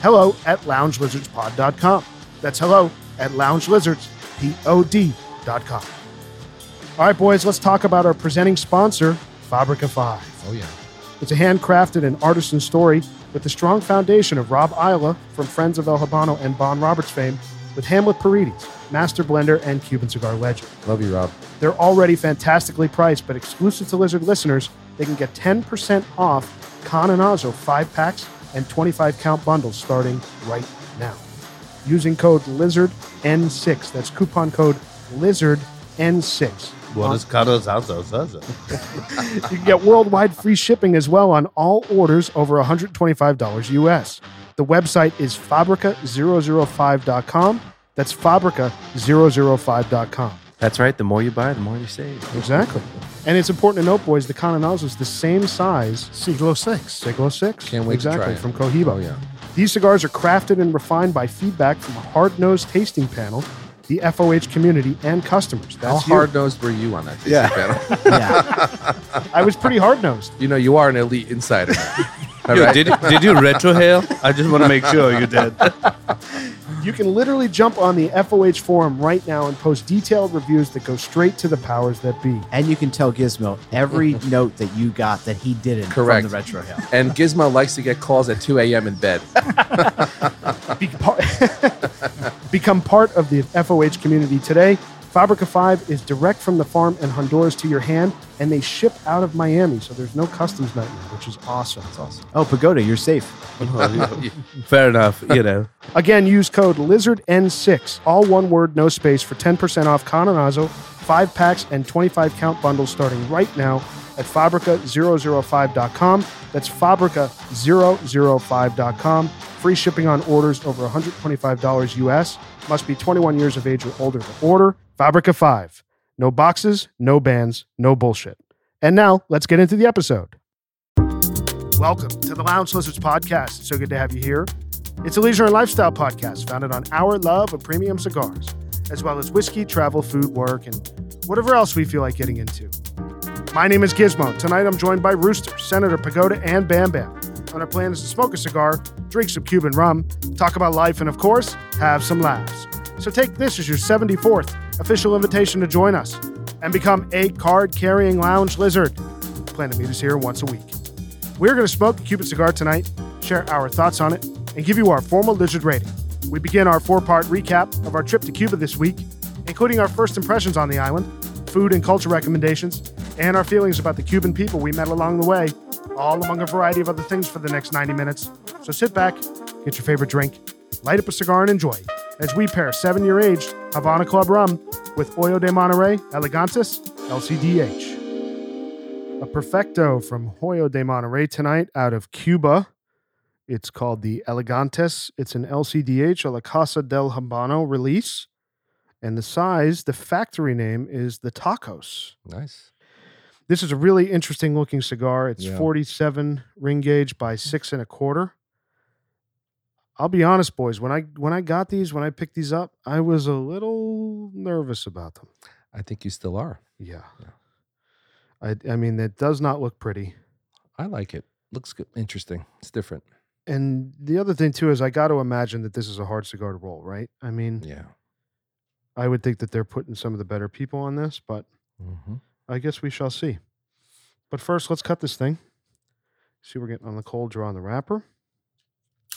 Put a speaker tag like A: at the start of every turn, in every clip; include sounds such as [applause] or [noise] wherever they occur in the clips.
A: Hello at loungelizardspod.com. That's hello at loungelizardspod.com. All right, boys, let's talk about our presenting sponsor, Fabrica 5.
B: Oh yeah.
A: It's a handcrafted and artisan story with the strong foundation of Rob Isla from Friends of El Habano and Bon Roberts fame with Hamlet Paredes, master blender and Cuban cigar legend.
B: Love you, Rob.
A: They're already fantastically priced, but exclusive to Lizard listeners, they can get 10% off Cananazo 5 packs and 25 count bundles starting right now. Using code LIZARDN6. That's coupon code LIZARDN6.
C: What is Carlos Alzo Zaza?
A: You can get worldwide free shipping as well on all orders over $125 US. The website is fabrica005.com. That's fabrica005.com.
D: That's right. The more you buy, the more you save.
A: Exactly. And it's important to note, boys, the Cananazo is the same size,
E: Siglo 6.
A: Siglo 6.
B: Can't wait to
A: exactly,
B: try it.
A: from Cohiba.
B: Oh yeah.
A: These cigars are crafted and refined by feedback from a hard-nosed tasting panel, the FOH community, and customers.
B: How
A: That's you.
B: hard nosed were you on that tasting
C: Yeah.
B: panel?
E: Yeah.
A: I was pretty hard-nosed.
B: [laughs] You know, you are an elite insider. All
C: Yo,
B: right.
C: did, did you retrohale? I just want to make sure
D: [laughs]
C: you did.
A: You can literally jump on the FOH forum right now and post detailed reviews that go straight to the powers that be.
E: and you can tell Gizmo
A: [laughs]
E: every note that you got that he didn't
B: Correct.
E: from the retro hill.
B: and Gizmo likes to get calls at 2 a.m. in bed.
A: Be [laughs] par- Become part of the FOH community today. Fabrica 5 is direct from the farm in Honduras to your hand, and they ship out of Miami, so there's no customs nightmare, which is awesome.
B: That's awesome.
E: Oh, Pagoda, you're safe.
C: Fair enough, you know.
A: Again, use code LIZARDN6, all one word, no space, for 10% off Cananazo, 5 packs, and 25 count bundles starting right now at Fabrica005.com. That's Fabrica005.com. Free shipping on orders over $125 US. Must be 21 years of age or older to order. Fabrica 5. No boxes, no bands, no bullshit. And now, let's get into the episode. Welcome to the Lounge Lizards Podcast. So good to have you here. It's a leisure and lifestyle podcast founded on our love of premium cigars, as well as whiskey, travel, food, work, and whatever else we feel like getting into. My name is Gizmo. Tonight I'm joined by Rooster, Senator Pagoda, and Bam Bam. And our plan is to smoke a cigar, drink some Cuban rum, talk about life, and of course, have some laughs. So take this as your 74th official invitation to join us and become a card carrying lounge lizard. Plan to meet us here once a week. We're going to smoke a Cuban cigar tonight, share our thoughts on it, and give you our formal lizard rating. We begin our four part recap of our trip to Cuba this week, including our first impressions on the island, food and culture recommendations, and our feelings about the Cuban people we met along the way, all among a variety of other things for the next 90 minutes. So sit back, get your favorite drink, light up a cigar, and enjoy as we pair seven year aged Havana Club rum with Oyo de Monterey Elegantis LCDH a perfecto from Hoyo de Monterey tonight out of Cuba. It's called the Elegantes. It's an LCDH, a La Casa del Habano release. And the size, the factory name is the Tacos.
B: [laughs] Nice.
A: This is a really interesting looking cigar. It's
B: Yeah.
A: 47 ring gauge by six and a quarter. I'll be honest, boys. When I when I got these, when I picked these up, I was a little nervous about them.
B: I think you still are.
A: Yeah. I I mean, that does not look pretty.
B: I like it. Looks good. interesting. It's different.
A: And the other thing too is I got to imagine that this is a hard cigar to roll, right? I mean,
B: Yeah.
A: I would think that they're putting some of the better people on this, but
B: Mm-hmm.
A: I guess we shall see. But first, let's cut this thing. See, we're getting on the cold draw on the wrapper.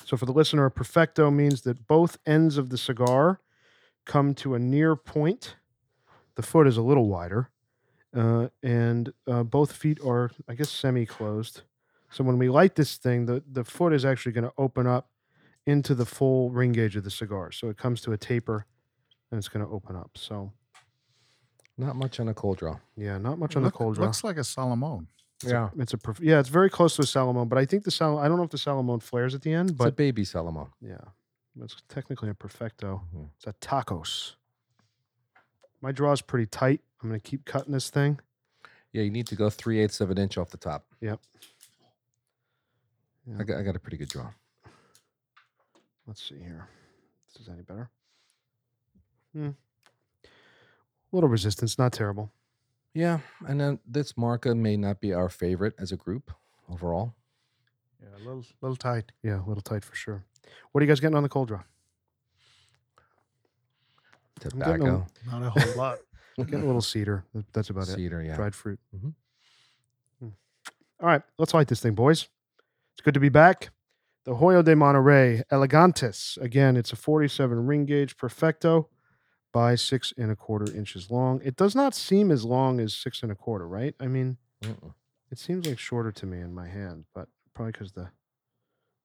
A: So for the listener, a perfecto means that both ends of the cigar come to a near point. The foot is a little wider, uh, and uh, both feet are, I guess, semi-closed. So when we light this thing, the, the foot is actually going to open up into the full ring gauge of the cigar. So it comes to a taper, and it's going to open up. So
B: Not much on a cold draw.
A: yeah, not much on
E: Look-
A: the cold draw.
E: looks
A: like a
E: Solomon.
B: Yeah.
A: it's a perf- yeah, it's very close to a Salomon, but I think the Salomon. I don't know if the Salomon flares at the end,
B: But
A: but
B: baby Salomon.
A: yeah, It's technically a perfecto. It's a tacos. My draw's pretty tight. I'm going to keep cutting this thing.
B: Yeah, you need to go three eighths of an inch off the top.
A: Yep.
B: I, got, I got a pretty good draw.
A: Let's see here. This is any better. Hmm. Little resistance, not terrible.
B: Yeah, and then this marca may not be our favorite as a group overall.
A: Yeah, a little, little tight. Yeah, a little tight for sure. What are you guys getting on the [laughs] cold draw? getting a-
B: Tobacco,
A: Not a whole lot. getting a little cedar. That- That's about it.
B: cedar, yeah.
A: Dried fruit.
B: Mhm.
A: Hmm. All right, let's light this thing, boys. It's good to be back. The Hoyo de Monterey Elegantis. Again, it's a 47 ring gauge Perfecto by six and a quarter inches long. It does not seem as long as six and a quarter, right? I mean,
B: Mm-mm.
A: It seems like shorter to me in my hand, but probably because the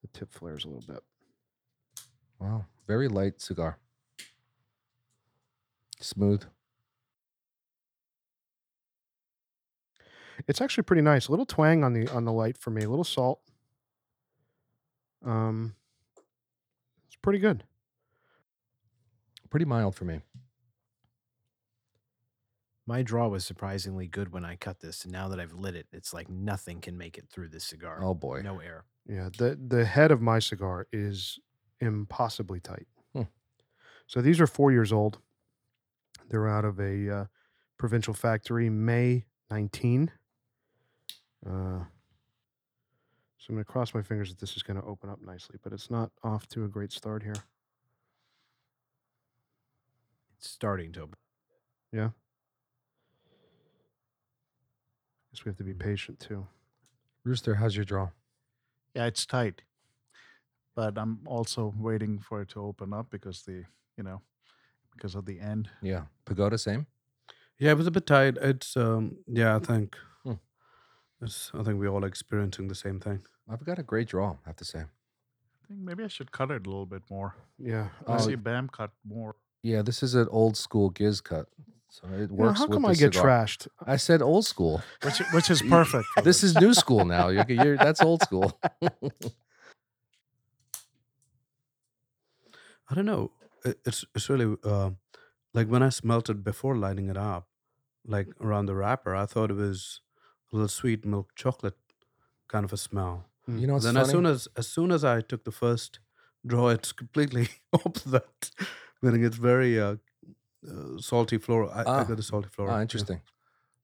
A: the tip flares a little bit.
B: Wow, very light cigar. Smooth.
A: It's actually pretty nice. A little twang on the on the light for me. A little salt. Um, it's pretty good.
B: Pretty mild for me.
E: My draw was surprisingly good when I cut this, and now that I've lit it, it's like nothing can make it through this cigar.
B: Oh boy.
E: No air.
A: Yeah, the the head of my cigar is impossibly tight.
B: Hmm.
A: So these are four years old. They're out of a uh, provincial factory, May nineteen. Uh, so I'm going to cross my fingers that this is going to open up nicely, but it's not off to a great start here.
E: It's starting to.
A: Guess we have to
F: Hmm.
A: be patient too.
B: Rooster, how's your draw?
F: Yeah, it's tight. But I'm also waiting for it to open up because the, you know, because of the end.
B: Yeah. Pagoda, same?
C: Yeah, it was a bit tight. It's um yeah, I think.
B: Hmm.
C: It's, I think we're all experiencing the same thing.
B: I've got a great draw, I have to say.
F: I think maybe I should cut it a little bit more.
A: Yeah. uh,
F: I
B: Oh,
F: see Bam cut more.
B: Yeah, this is an old school giz cut. So it
A: You know,
B: works
A: how
B: with
A: come
B: the
A: I get
B: cigar.
A: trashed?
B: I said old school.
F: Which which is perfect. for
B: This is new school now. You're, you're, that's old school.
C: I don't know. It, it's it's really uh, like when I smelt it before lighting it up, like around the wrapper, I thought it was a little sweet milk chocolate kind of a smell.
B: You know what's
C: then as
B: funny?
C: soon as as soon as I took the first draw, it's completely [laughs] opposite. Meaning it's very uh, uh, salty floral. I,
B: Ah.
C: I got the salty floral.
B: ah,
C: yeah.
B: interesting.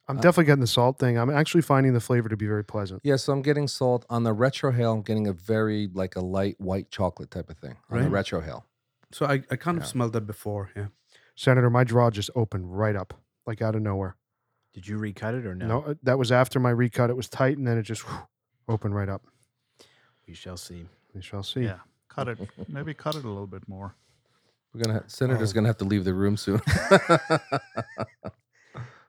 A: I'm
B: Uh,
A: definitely getting the salt thing. I'm actually finding the flavor to be very pleasant.
B: Yeah, so I'm getting salt on the retro hail. I'm getting a very like a light white chocolate type of thing on the
C: Right.
B: retro hail.
C: So I, I kind
B: Yeah.
C: of smelled that before. Yeah.
A: Senator, my draw just opened right up, like out of nowhere.
E: Did you recut it or no?
A: No, uh, that was after my recut. It was tight, and then it just whew, opened right up.
E: We
A: [laughs]
E: shall see.
A: We shall see.
F: Yeah. Cut it. Maybe cut it a little bit more.
B: We're gonna ha- senator's gonna have to leave the room soon. [laughs]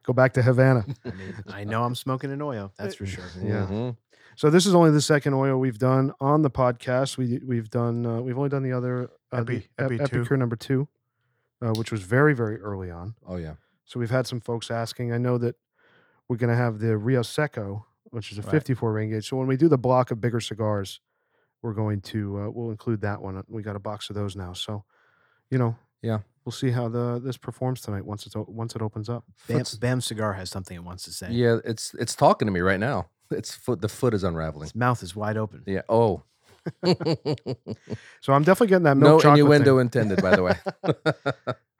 A: Go back to
F: [laughs]
A: Havana.
E: I, mean, I know I'm smoking an oil. That's for sure.
A: Yeah.
B: Mhm.
A: so this is only the second oil we've done on the podcast. We we've done uh, we've only done the other uh,
F: Epi-
A: the, Ep-
F: Epi two.
A: Epicure number two, uh, which was very very early on.
B: Oh yeah.
A: So we've had some folks asking. I know that we're going to have the Rio Seco, which is a
F: Right.
A: 54 ring gauge. So when we do the block of bigger cigars, we're going to uh, we'll include that one. We got a box of those now. So, you know,
B: Yeah.
A: we'll see how the this performs tonight once it's o- once it opens up.
E: Bam,
B: Foot's-
E: Bam Cigar has something it wants to say.
B: yeah, it's it's talking to me right now. It's foot. The foot is unraveling.
E: His mouth is wide open.
B: Yeah.
A: [laughs]
B: Oh.
A: So I'm definitely getting that
B: no
A: milk chocolate.
B: innuendo
A: Thing.
B: intended, by
A: [laughs]
B: the way. [laughs]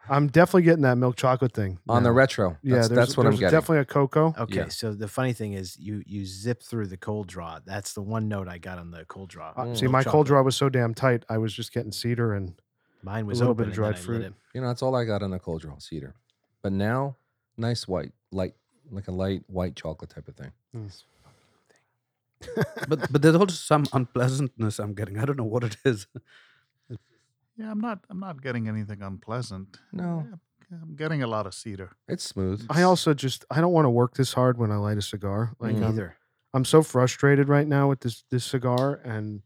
A: I'm definitely getting that milk chocolate thing
B: on the
A: now.
B: retro.
A: Yeah,
B: That's,
A: there's,
B: that's what I'm
A: there's
B: getting.
A: definitely a cocoa. Uh,
E: Okay,
B: Yeah.
E: so the funny thing is, you you zip through the cold draw. That's the one note I got on the cold draw.
A: Uh,
B: Mm.
A: see,
E: Milk
A: my cold
E: chocolate.
A: draw was so damn tight. I was just getting cedar and
E: Mine was
A: little
E: open
A: bit of
E: and then
A: dried
E: I lit
A: fruit.
E: it.
B: you know, that's all I got on the cold draw cedar. But now, nice white, light, like a light white chocolate type of thing.
A: Mm.
C: but but there's also some unpleasantness I'm getting. I don't know what it is.
F: Yeah, I'm not I'm not getting anything unpleasant.
B: No,
F: Yeah, I'm getting a lot of cedar.
B: it's Mm-hmm. smooth.
A: I also just I don't want to work this hard when I light a cigar. Like
B: Me
A: I'm-
E: Neither.
A: I'm so frustrated right now with this this cigar, and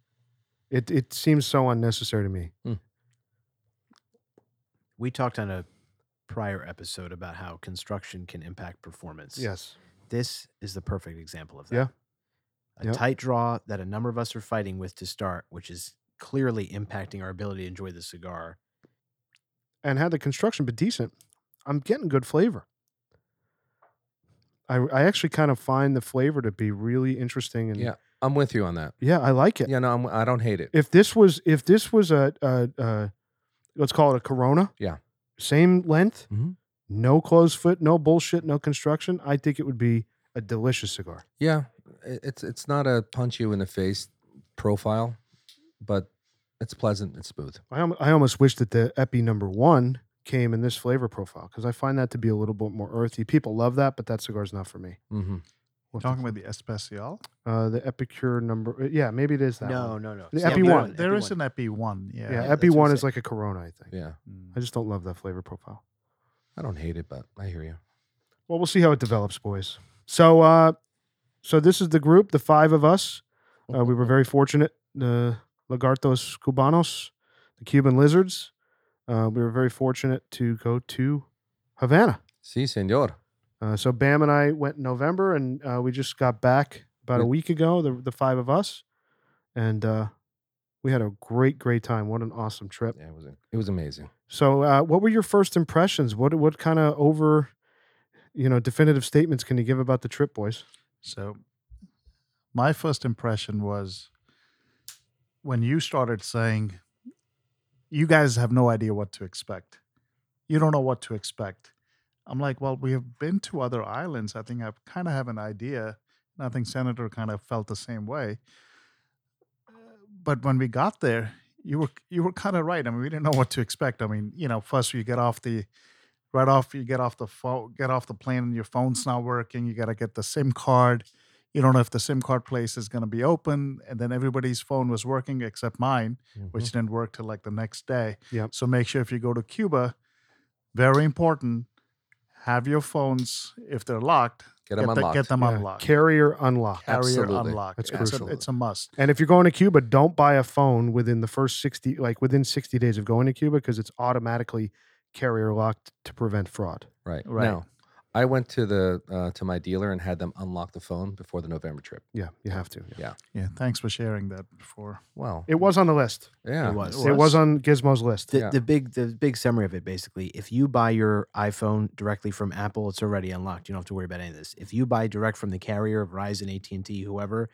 A: it it seems so unnecessary to me.
E: We talked on a prior episode about how construction can impact performance.
A: Yes,
E: This is the perfect example of that.
A: Yeah.
E: A
A: Yep.
E: tight draw that a number of us are fighting with to start, which is clearly impacting our ability to enjoy the cigar.
A: and had the construction be decent, I'm getting good flavor. I, I actually kind of find the flavor to be really interesting and
B: Yeah. I'm with you on that.
A: yeah, I like it.
B: Yeah, no, I'm, I don't hate it.
A: If this was if this was a, a, a let's call it a Corona,
B: Yeah.
A: same length,
B: Mhm.
A: no closed foot, no bullshit, no construction, I think it would be a delicious cigar.
B: Yeah, i- it's it's not a punch you in the face profile, but it's pleasant. It's smooth.
A: I alm- I almost wish that the Epi number one came in this flavor profile because I find that to be a little bit more earthy. People love that, but that cigar's not for me.
B: Mm-hmm.
A: What the
F: Talking about the Especial.
A: Uh, the Epicure number. uh, Yeah, maybe it is that.
E: no,
A: one.
E: no, no.
A: The
E: It's not
A: Epi
E: that
A: one.
F: There is an
E: Epi
F: Epi one. Yeah.
A: Yeah,
E: Yeah,
A: Epi
E: that's what I'm
A: One is
E: saying.
A: like a Corona, I think.
B: Yeah,
F: Mm.
A: I just don't love that flavor profile.
B: I don't hate it, but I hear you.
A: Well, we'll see how it develops, boys. So, uh, so this is the group, the five of us. Uh, we were
E: Mm-hmm.
A: very fortunate. The Lagartos Cubanos, the Cuban Lizards. Uh, we were very fortunate to go to Havana.
B: Si, senor.
A: Uh, so Bam and I went in November, and uh, we just got back about a
B: Good.
A: week ago. The the five of us, and uh, we had a great, great time. What an awesome trip!
B: Yeah, it was it was amazing.
A: So, uh, what were your first impressions? What what kind of over, you know, definitive statements can you give about the trip, boys?
F: So, my first impression was when you started saying, "You guys have no idea what to expect. You don't know what to expect." I'm like, "Well, we have been to other islands. I think I kind of have an idea." And I think Senator kind of felt the same way. But when we got there, you were you were kind of right. I mean, we didn't know what to expect. I mean, you know, first you get off the right off you get off the phone get off the plane and your phone's not working you got to get the sim card you don't know if the sim card place is going to be open and then everybody's phone was working except mine which
B: Mm.
F: didn't work till like the next day
A: Yep.
F: so make sure if you go to cuba very important have your phones if they're locked
B: Get them
F: the-
B: unlocked.
F: get them
A: Yeah,
F: unlocked
A: Carrier unlocked.
F: carrier
B: Absolutely.
F: unlocked
A: That's
F: It's a-
A: crucial.
F: it's a must
A: And if you're going to Cuba, don't buy a phone within the first sixty, like within sixty days of going to Cuba, because it's automatically carrier locked to prevent fraud.
B: Right.
F: Right.
B: Now, I went to the uh, to my dealer and had them unlock the phone before the November trip.
A: Yeah, you have to. yeah.
F: yeah thanks for sharing that before
B: Wow.
A: It was on the list.
B: yeah.
E: It was.
A: It was on Gizmo's list.
E: The,
B: Yeah.
E: the big the big summary of it basically if you buy your iphone directly from apple it's already unlocked you don't have to worry about any of this if you buy direct from the carrier verizon at&t whoever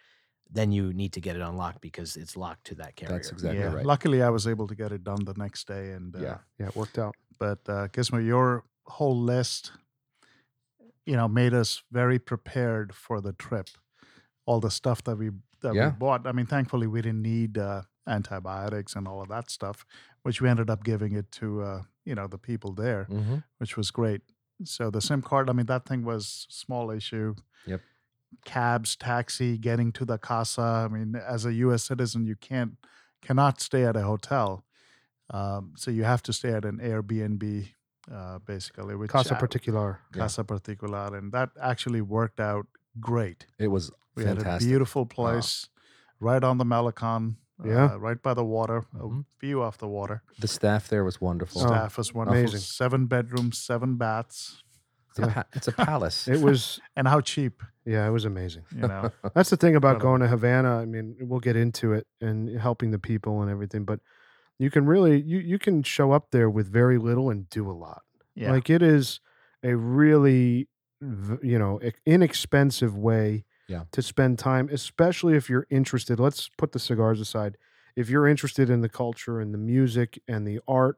E: then you need to get it unlocked because it's locked to that carrier
B: That's exactly
F: yeah
B: right.
F: luckily i was able to get it done the next day and uh,
B: Yeah.
A: Yeah, it worked out.
F: but uh, Gizmo, your whole list, you know, made us very prepared for the trip. All the stuff that we that
B: Yeah.
F: we bought. I mean, thankfully, we didn't need uh, antibiotics and all of that stuff, which we ended up giving it to uh, you know the people there,
B: Mm-hmm.
F: which was great. So the SIM card, I mean, that thing was small issue.
B: Yep.
F: Cabs, taxi, getting to the casa. I mean, as a U.S. citizen, you can't cannot stay at a hotel. Um, so you have to stay at an Airbnb, uh, basically, which
A: Casa
F: uh, [laughs]
A: Particular.
B: yeah.
F: Casa Particular, and that actually worked out great.
B: It was
F: We had a
B: fantastic.
F: beautiful place, right on the Malacan,
A: Yeah.
F: uh, right by the water,
B: Mhm.
F: a view of the water.
B: the staff there was wonderful.
A: Oh,
F: Staff was wonderful.
A: amazing.
F: Seven bedrooms, seven baths,
B: It's, a, pa-
F: [laughs]
B: it's a palace.
A: It was.
F: and how cheap,
A: Yeah, it was amazing.
F: you
B: [laughs]
F: know.
A: That's the thing about
F: Incredible.
A: going to Havana. I mean, we'll get into it and helping the people and everything, but you can really you you can show up there with very little and do a lot.
F: Yeah.
A: Like it is a really v- you know e- inexpensive way
B: Yeah.
A: to spend time, especially if you're interested. Let's put the cigars aside. If you're interested in the culture and the music and the art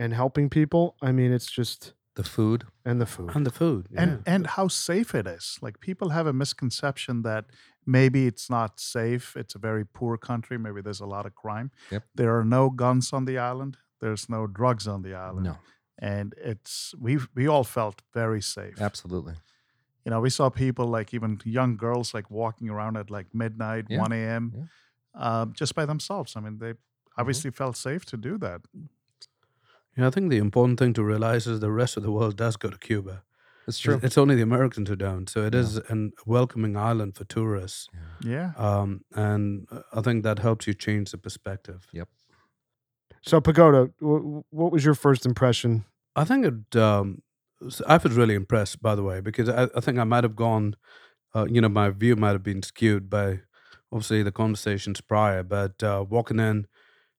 A: and helping people, I mean, it's just
B: the food.
A: and the food.
C: And the food.
F: and and how safe it is like people have a misconception that maybe it's not safe it's a very poor country maybe there's a lot of crime
B: Yep.
F: there are no guns on the island there's no drugs on the island
B: No,
F: and it's we we all felt very safe
B: absolutely.
F: you know we saw people like even young girls like walking around at like midnight
B: Yeah,
F: 1 a.m
B: yeah. Mm-hmm.
F: um, just by themselves i mean they obviously felt safe to do that
C: Yeah, I think the important thing to realize is the rest of the world does go to Cuba.
B: It's
C: It's-
B: true.
F: [laughs]
C: It's only the Americans who don't. So it
B: Yeah.
C: is an welcoming island for tourists.
F: yeah
B: Uh,
C: Um, and uh, I think that helps you change the perspective.
A: So Pagoda, wh- wh- what was your first impression?
C: I think it. Um, s- I was really impressed, by the way, because I, I think I might have gone. Uh, you know, my view might have been skewed by obviously the conversations prior, but uh, walking in,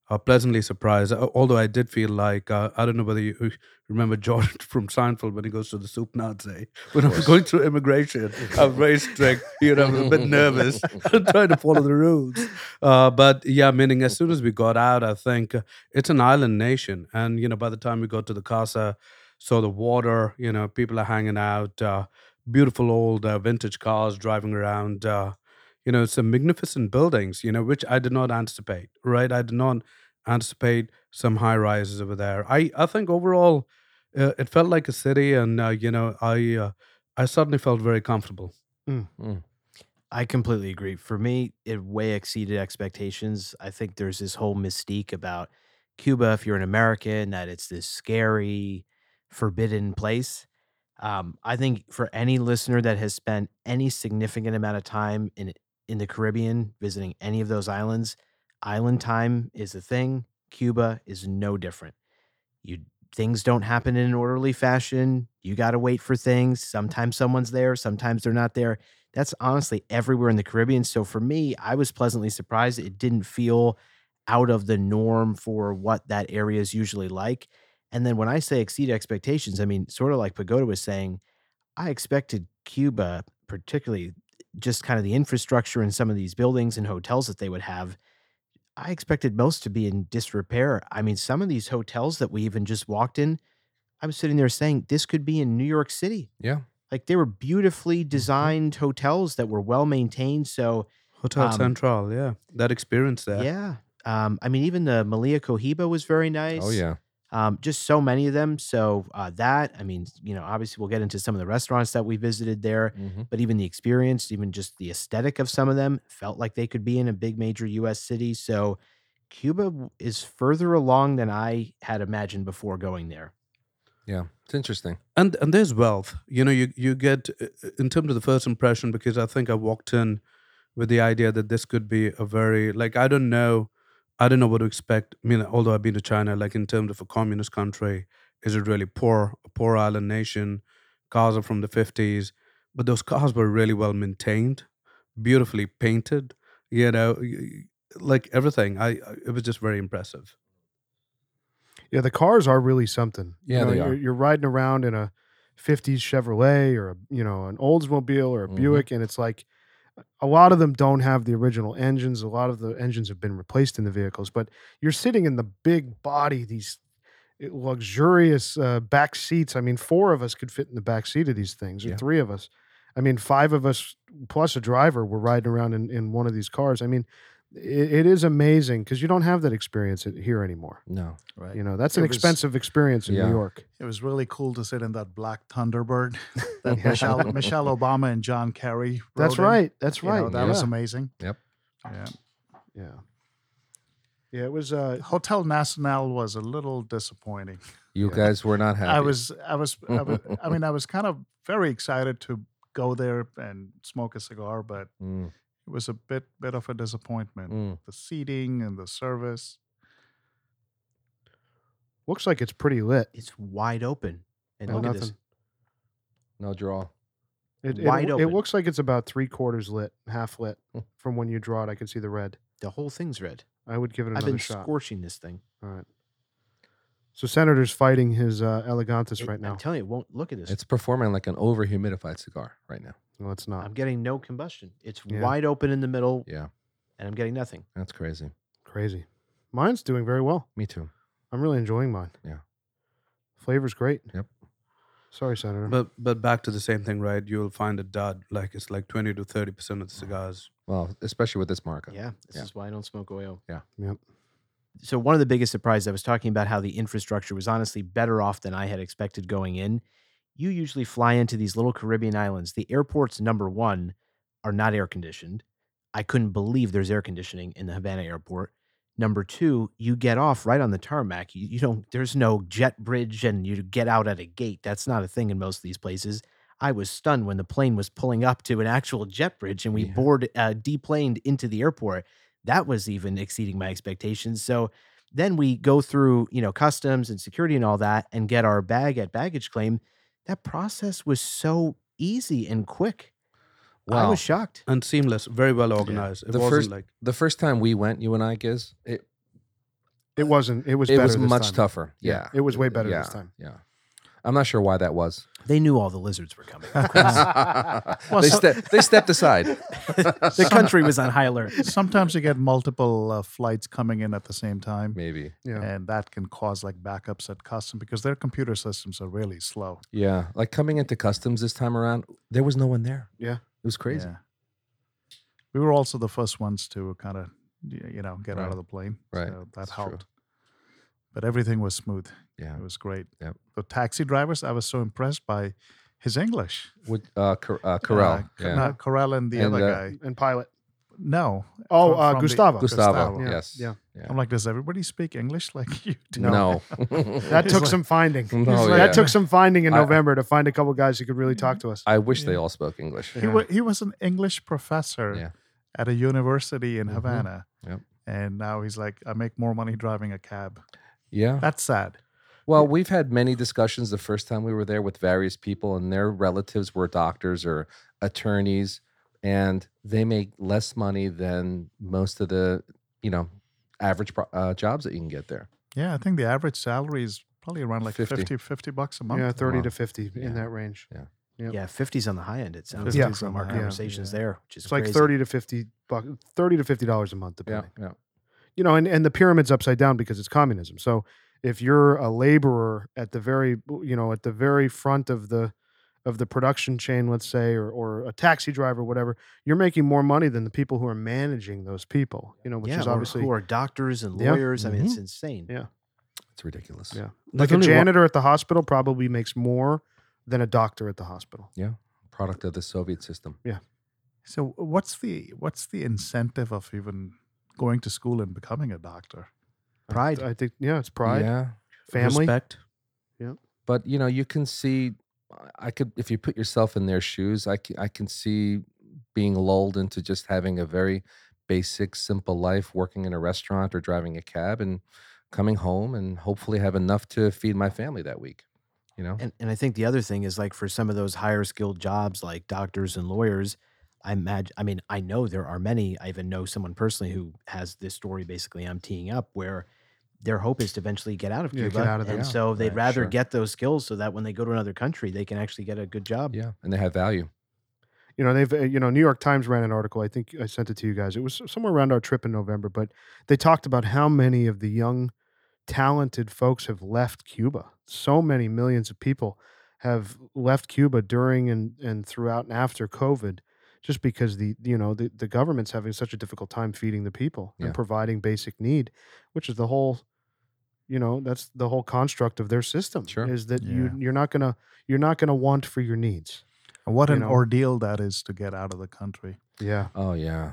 C: uh, pleasantly surprised. Uh, although I did feel like uh, I don't know whether you [laughs] remember George [laughs] from Seinfeld when he goes to the soup Nazi. When I was going through immigration, I was very strict. You know, I was a
B: [laughs]
C: bit nervous, [laughs] trying to follow the rules. Uh, but yeah, meaning as soon as we got out, I think uh, it's an island nation, and you know, by the time we got to the casa, saw the water. You know, people are hanging out. Uh, beautiful old uh, vintage cars driving around. Uh, you know, some magnificent buildings, you know, which I did not anticipate, right? I did not anticipate some high rises over there. I, I think overall, uh, it felt like a city, and, uh, you know, I, uh, I suddenly felt very comfortable.
E: I completely agree. For me, it way exceeded expectations. I think there's this whole mystique about Cuba, if you're an American, that it's this scary, forbidden place. Um, I think for any listener that has spent any significant amount of time in in the Caribbean, visiting any of those islands, island time is a thing. Cuba is no different. You things don't happen in an orderly fashion. You got to wait for things. Sometimes someone's there, sometimes they're not there that's honestly everywhere in the Caribbean. So for me, I was pleasantly surprised. It didn't feel out of the norm for what that area is usually like. And then when I say exceed expectations, I mean, sort of like Pagoda was saying, I expected Cuba, particularly just kind of the infrastructure and some of these buildings and hotels that they would have. I expected most to be in disrepair. I mean, some of these hotels that we even just walked in, I'm sitting there saying, this could be in New York City
B: Yeah.
E: like they were beautifully
A: Mm-hmm.
E: designed hotels that were well maintained so
C: Hotel
E: Um,
C: Central, yeah. That experience there.
E: yeah um, i mean even the malia cohiba was very nice
B: Oh yeah.
E: um, just so many of them so uh, that i mean you know obviously we'll get into some of the restaurants that we visited there
B: hmm
E: but even the experience even just the aesthetic of some of them felt like they could be in a big major us city so cuba w- is further along than i had imagined before going there
B: Yeah. It's interesting.
C: and and there's wealth you know you you get uh, uh, in terms of the first impression because i think i walked in with the idea that this could be a very like i don't know i don't know what to expect i mean although i've been to china like in terms of a communist country is it really poor a poor island nation cars are from the 50s but those cars were really well maintained beautifully painted you know y- y- like everything i I- it was just very impressive
A: Yeah, the cars are really something.
B: Yeah,
A: you know,
B: they
A: you're,
B: are.
A: you're riding around in a 50s Chevrolet or a, you know an Oldsmobile or a
B: Mhm.
A: Buick, and it's like a lot of them don't have the original engines. A lot of the engines have been replaced in the vehicles, but you're sitting in the big body these eh, luxurious uh, back seats. I mean, four of us could fit in the back seat of these things, or
B: Yeah.
A: three of us. I mean, five of us plus a driver were riding around in, in one of these cars. I mean, it, it is amazing because you don't have that experience here anymore.
B: No.
F: Right.
A: You know, that's
F: It
A: an
F: was-
A: expensive experience in
B: Yeah.
A: New York.
F: It was really cool to sit in that black Thunderbird
A: [laughs]
F: that Michelle, Michelle Obama and John Kerry. rode
A: That's
F: in.
A: right. That's
F: You
A: right.
F: know, that was
A: yeah.
F: amazing.
B: Yep.
F: Yeah.
A: yeah. Yeah, it was uh
F: Hotel Nacional was a
B: [laughs]
F: little disappointing.
B: You
A: Yeah.
B: guys were not happy.
F: I was, I was, I was, I mean, I was kind of very excited to go there and smoke a cigar, but
B: Mm,
F: it was a bit, bit of a disappointment.
B: mm.
F: The seating and the service.
A: looks like it's pretty lit.
E: it's wide open and
A: Oh,
E: look at this
A: nothing.
B: No draw.
A: It, it,
E: Wide
A: it
E: open.
A: looks like it's about three quarters lit, half lit. From when you draw it, I can see the red.
E: the whole thing's red
A: I would give it
E: i've
A: another
E: been
A: shot.
E: scorching this thing
A: All right. So Senator's fighting his uh elegantis
E: It-
A: right now.
E: i'm telling you it won't look at this
B: It's performing like an over humidified cigar right now.
A: no, it's not.
E: I'm getting no combustion. It's
A: Yeah.
E: wide open in the middle,
B: Yeah.
E: and I'm getting nothing.
B: That's crazy.
A: Crazy. Mine's doing very well.
B: Me too.
A: I'm really enjoying mine.
B: Yeah.
A: Flavor's great.
B: Yep.
A: Sorry, Senator.
C: but but back to the same thing right you'll find a dud like it's like 20 to 30 percent
A: Mm.
C: of the cigars
B: Well, especially with this markup.
E: Yeah, this
B: Yeah.
E: is why I don't smoke oil.
B: Yeah.
A: Yep.
E: So one of the biggest surprises I was talking about how the infrastructure was honestly better off than I had expected going in. You usually fly into these little Caribbean islands. The airports number one are not air conditioned. I couldn't believe there's air conditioning in the Havana airport. Number two, you get off right on the tarmac. You, you don't. There's no jet bridge, and you get out at a gate. That's not a thing in most of these places. I was stunned when the plane was pulling up to an actual jet bridge, and we
B: Yeah.
E: board uh, deplaned into the airport. That was even exceeding my expectations. So then we go through, you know, customs and security and all that, and get our bag at baggage claim. That process was so easy and quick. I
B: Wow.
E: was shocked.
C: and seamless, very well organized. It
B: The
C: wasn't
B: first-
C: like
B: The first time we went, you and I, Giz, it
A: It wasn't. It was.
B: it
A: better
B: was
A: this
B: much
A: time.
B: tougher. Yeah.
A: It was way better
B: yeah.
A: this time.
B: Yeah. I'm not sure why
A: [laughs]
B: that was.
E: They knew all the lizards were coming.
B: [laughs] they,
F: so-
B: ste- they
A: [laughs]
B: stepped aside.
E: the country was on high alert.
F: Sometimes you get multiple uh, flights coming in at the same time,
B: Maybe.
A: Yeah.
F: and that can cause like backups at custom because their computer systems are really slow.
B: Yeah. Like coming into customs this time around, there was no one there.
A: Yeah.
B: It was crazy.
F: Yeah. We were also the first ones to kind of, you know, get out
B: Right.
F: of the plane.
B: Right.
F: So that
B: That's true.
F: helped. But everything was smooth.
B: Yeah.
F: It was great.
B: Yep.
F: The taxi drivers, I was so impressed by his English.
B: With uh, Cor- uh, Corel.
F: Uh,
B: yeah.
F: Not Corel and the
B: And,
F: other
B: uh,
F: guy.
A: And pilot.
F: No.
A: Oh,
F: From-
A: uh,
F: from the-
A: Gustavo.
B: Gustavo.
F: Gustavo.
A: Yeah,
B: Yes.
A: yeah.
B: yeah.
F: I'm like, does everybody speak English [laughs] like you do?
B: No.
A: [laughs] That
F: He's
A: took
F: like-
A: some finding.
B: No, yeah.
A: That took some finding in
B: I-
A: November to find a couple guys who could really talk to us.
B: I wish they all spoke English.
F: He, wa- he was an English professor
B: Yeah.
F: at a university in
B: Mhm.
F: Havana.
B: Yep.
F: And now he's like, I make more money driving a cab.
B: Yeah.
F: That's sad.
B: Well, we've had many discussions the first time we were there with various people, and their relatives were doctors or attorneys, and they make less money than most of the, you know, average pro- uh, jobs that you can get there.
F: Yeah, I think the average salary is probably around like
B: 50.
F: 50, 50, bucks a month.
A: Yeah, 30
B: Wow.
A: to 50
B: Yeah.
A: in that range.
E: Yeah, 50s on the high end, it sounds
A: 50s
E: like from
F: on
E: our
F: the high end,
E: conversations
F: yeah.
E: there, which is
A: It's like
E: crazy.
A: 30 to 50 bucks, 30 to 50 dollars a month
B: Yeah.
A: depending.
B: Yeah.
A: You know, and and the pyramid's upside down because it's communism. So if you're a laborer at the very you know, at the very front of the of the production chain, let's say, or or a taxi driver, whatever, you're making more money than the people who are managing those people, you know, which
E: yeah,
A: is
E: or
A: obviously
E: who are doctors and
A: Yeah. Mm-hmm.
E: lawyers. I mean, it's insane.
A: Yeah.
B: It's ridiculous.
A: Yeah. like
E: There's
A: a
E: only one-
A: janitor at the hospital probably makes more than a doctor at the hospital.
B: Product of the Soviet system.
F: So what's the what's the incentive of even going to school and becoming a doctor?
E: Pride.
A: I think yeah, it's pride,
B: Yeah.
A: family.
C: Respect.
B: but you know you can see i could if you put yourself in their shoes i can, I can see being lulled into just having a very basic simple life working in a restaurant or driving a cab and coming home and hopefully have enough to feed my family that week you know
E: And, and I think the other thing is like for some of those higher skilled jobs like doctors and lawyers, I imagine, I mean, I know there are many. I even know someone personally who has this story basically I'm teeing up where their hope is to eventually get out of
A: Yeah,
E: Cuba.
A: get out of there.
E: and
B: Yeah,
E: so they'd
B: right,
E: rather
B: sure.
E: get those skills so that when they go to another country, they can actually get a good job.
B: yeah and they have value
A: you know they've uh, you know new york times ran an article i think i sent it to you guys it was somewhere around our trip in november but they talked about how many of the young talented folks have left cuba so many millions of people have left cuba during and and throughout and after covid just because the you know the, the government's having such a difficult time feeding the people
B: Yeah.
A: and providing basic need which is the whole you know that's the whole construct of their system
B: Sure.
A: is that
F: Yeah.
A: you you're not going to you're not going to want for your needs
F: And what
A: You
F: an
A: know.
F: ordeal that is to get out of the country
A: yeah
B: oh yeah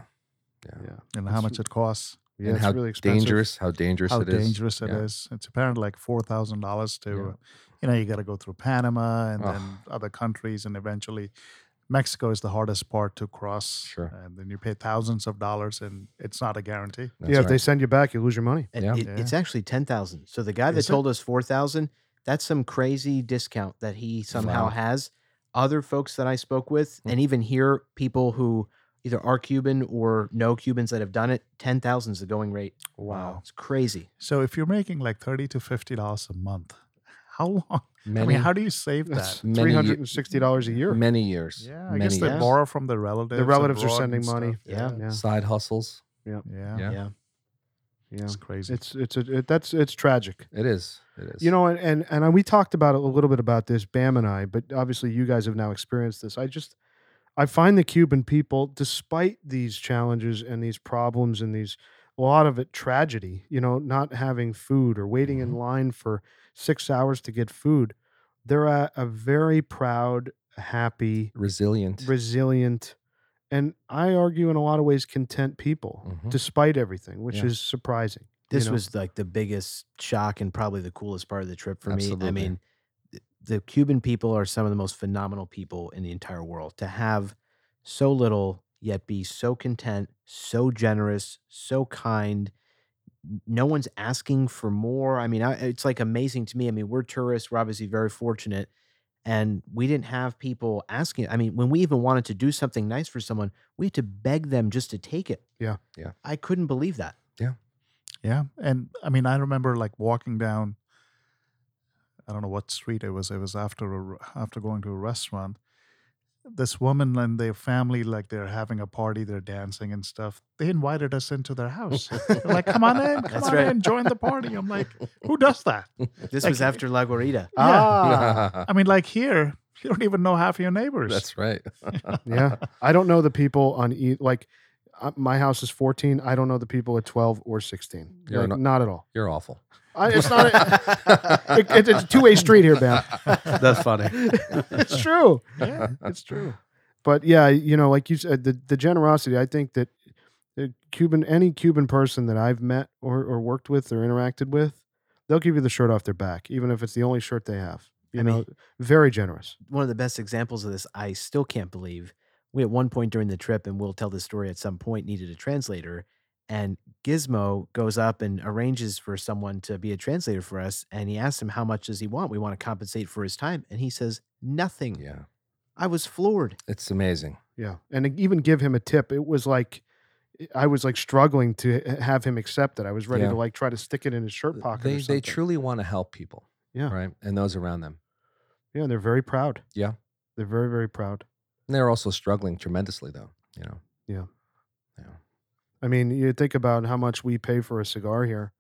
B: yeah,
A: yeah
F: and how much it costs,
A: yeah
B: and
A: it's
B: how
A: really expensive.
B: dangerous how dangerous
F: how
B: it is
F: dangerous it is.
B: Yeah.
F: It's apparently like four thousand dollars to
B: Yeah.
F: uh, you know, you gotta go through Panama and
B: Ugh.
F: then other countries and eventually Mexico is the hardest part to cross.
B: Sure.
F: And then you pay thousands of dollars and it's not a guarantee.
B: That's
A: yeah, if they
B: right.
A: send you back, you lose your money.
E: And
B: Yeah.
E: it, it's actually 10,000. So the guy that
F: Is it?
E: told us 4,000, that's some crazy discount that he somehow
B: Wow.
E: has. Other folks that I spoke with, and even here, people who either are Cuban or know Cubans that have done it, 10,000 is the going rate.
F: Wow.
E: It's crazy.
F: So if you're making like thirty to fifty dollars a month, how [laughs] long I
B: many,
F: mean, how do you save
A: That's
F: that?
B: Many
A: three hundred and sixty dollars a year.
B: many years
F: Yeah, I
B: many
F: guess they
E: years.
F: borrow from the relatives.
A: The relatives are
F: abroad
A: sending
F: and
A: money.
F: stuff.
E: Yeah.
A: Yeah,
B: side hustles
F: Yeah.
B: Yeah.
E: Yeah.
A: yeah.
F: It's crazy.
A: It's it's a, it, that's it's tragic.
B: it is it is
A: You know, and, and and we talked about it a little bit about this, Bam and I, but obviously you guys have now experienced this. I just I find the Cuban people, despite these challenges and these problems and these a lot of it tragedy, you know, not having food or waiting
B: Mm-hmm.
A: in line for six hours to get food, they're a, a very proud, happy,
B: resilient
A: resilient, and I argue in a lot of ways content people,
B: Mhm.
A: despite everything, which
B: Yeah.
A: is surprising. you
E: This
A: know?
E: was like the biggest shock and probably the coolest part of the trip for me. I
B: Absolutely. [laughs]
E: mean, th- the Cuban people are some of the most phenomenal people in the entire world. To have so little yet be so content, so generous, so kind. N- No one's asking for more. I mean, I, it's like amazing to me. I mean, we're tourists. We're obviously very fortunate, and we didn't have people asking. I mean, when we even wanted to do something nice for someone, we had to beg them just to take it.
A: Yeah.
B: Yeah.
E: I couldn't believe that.
F: Yeah. And I mean, I remember like walking down, I don't know what street it was. It was after a, re- after going to a restaurant. This woman and their family, like they're having a party, they're dancing and stuff. They invited us into their house. They're like, come
B: [laughs]
F: on in, come
E: That's
F: on
E: right.
F: in, join the party. I'm like, who does that?
E: This was after La Guarida.
A: Ah,
F: I mean, like here, [laughs] you don't even know half your
B: [laughs]
F: neighbors.
B: That's right.
A: [laughs] yeah. I don't know the people on e- like uh, my house is 14. I don't know the people at 12 or 16.
B: You're
A: Like,
B: not-
A: not at
B: [laughs]
A: all.
B: You're awful.
A: I, it's not. A, it, it's a two way street here, man.
C: [laughs] That's funny.
A: It's true.
F: yeah.
A: it's true. But yeah, you know, like you said, the, the generosity. I think that uh, Cuban, any Cuban person that I've met or, or worked with or interacted with, they'll give you the shirt off their back, even if it's the only shirt they have. You
E: I
A: know,
E: mean-
A: very generous.
E: one of the best examples of this I still can't believe. We at one point during the trip, and we'll tell this story at some point, needed a translator. And Gizmo goes up and arranges for someone to be a translator for us. And he asks him, How much does he want? We want to compensate for his time. And he says, Nothing.
B: [laughs] Yeah.
E: I was floored.
B: It's amazing.
A: Yeah, and e, even give him a tip. It was like I was like struggling to h- have him accept it. I was ready
B: Yeah.
A: to like try to stick it in his shirt pocket. or
B: They, they
A: something.
B: truly want to help people.
A: Yeah.
B: Right. And those around them.
A: Yeah, and they're very proud.
B: Yeah.
A: they're very very proud.
B: And they're also struggling tremendously, though. You know.
A: Yeah.
B: Yeah.
A: I mean, you think about how much we pay for a cigar here.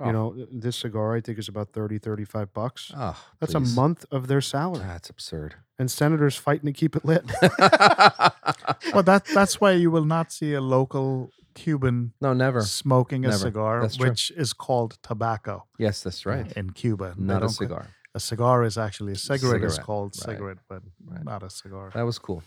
B: Oh.
A: You know, th- this cigar I think is about 30, 35 bucks.
B: Oh,
A: That's
B: please.
A: a month of their salary.
B: That's absurd.
A: [laughs] And senators fighting to keep it lit.
F: Well, that that's why you will not see a local Cuban
B: no, never.
F: smoking a
B: Never.
F: cigar,
B: That's true.
F: which is called tobacco.
B: Yes, that's right.
F: in Cuba. They
B: Not a
F: don't ca-
B: cigar.
F: A cigar is actually a cigarette. is
B: Cigarette,
F: called
B: right.
F: cigarette, but
B: Right. Uh,
F: not a cigar.
B: That was cool.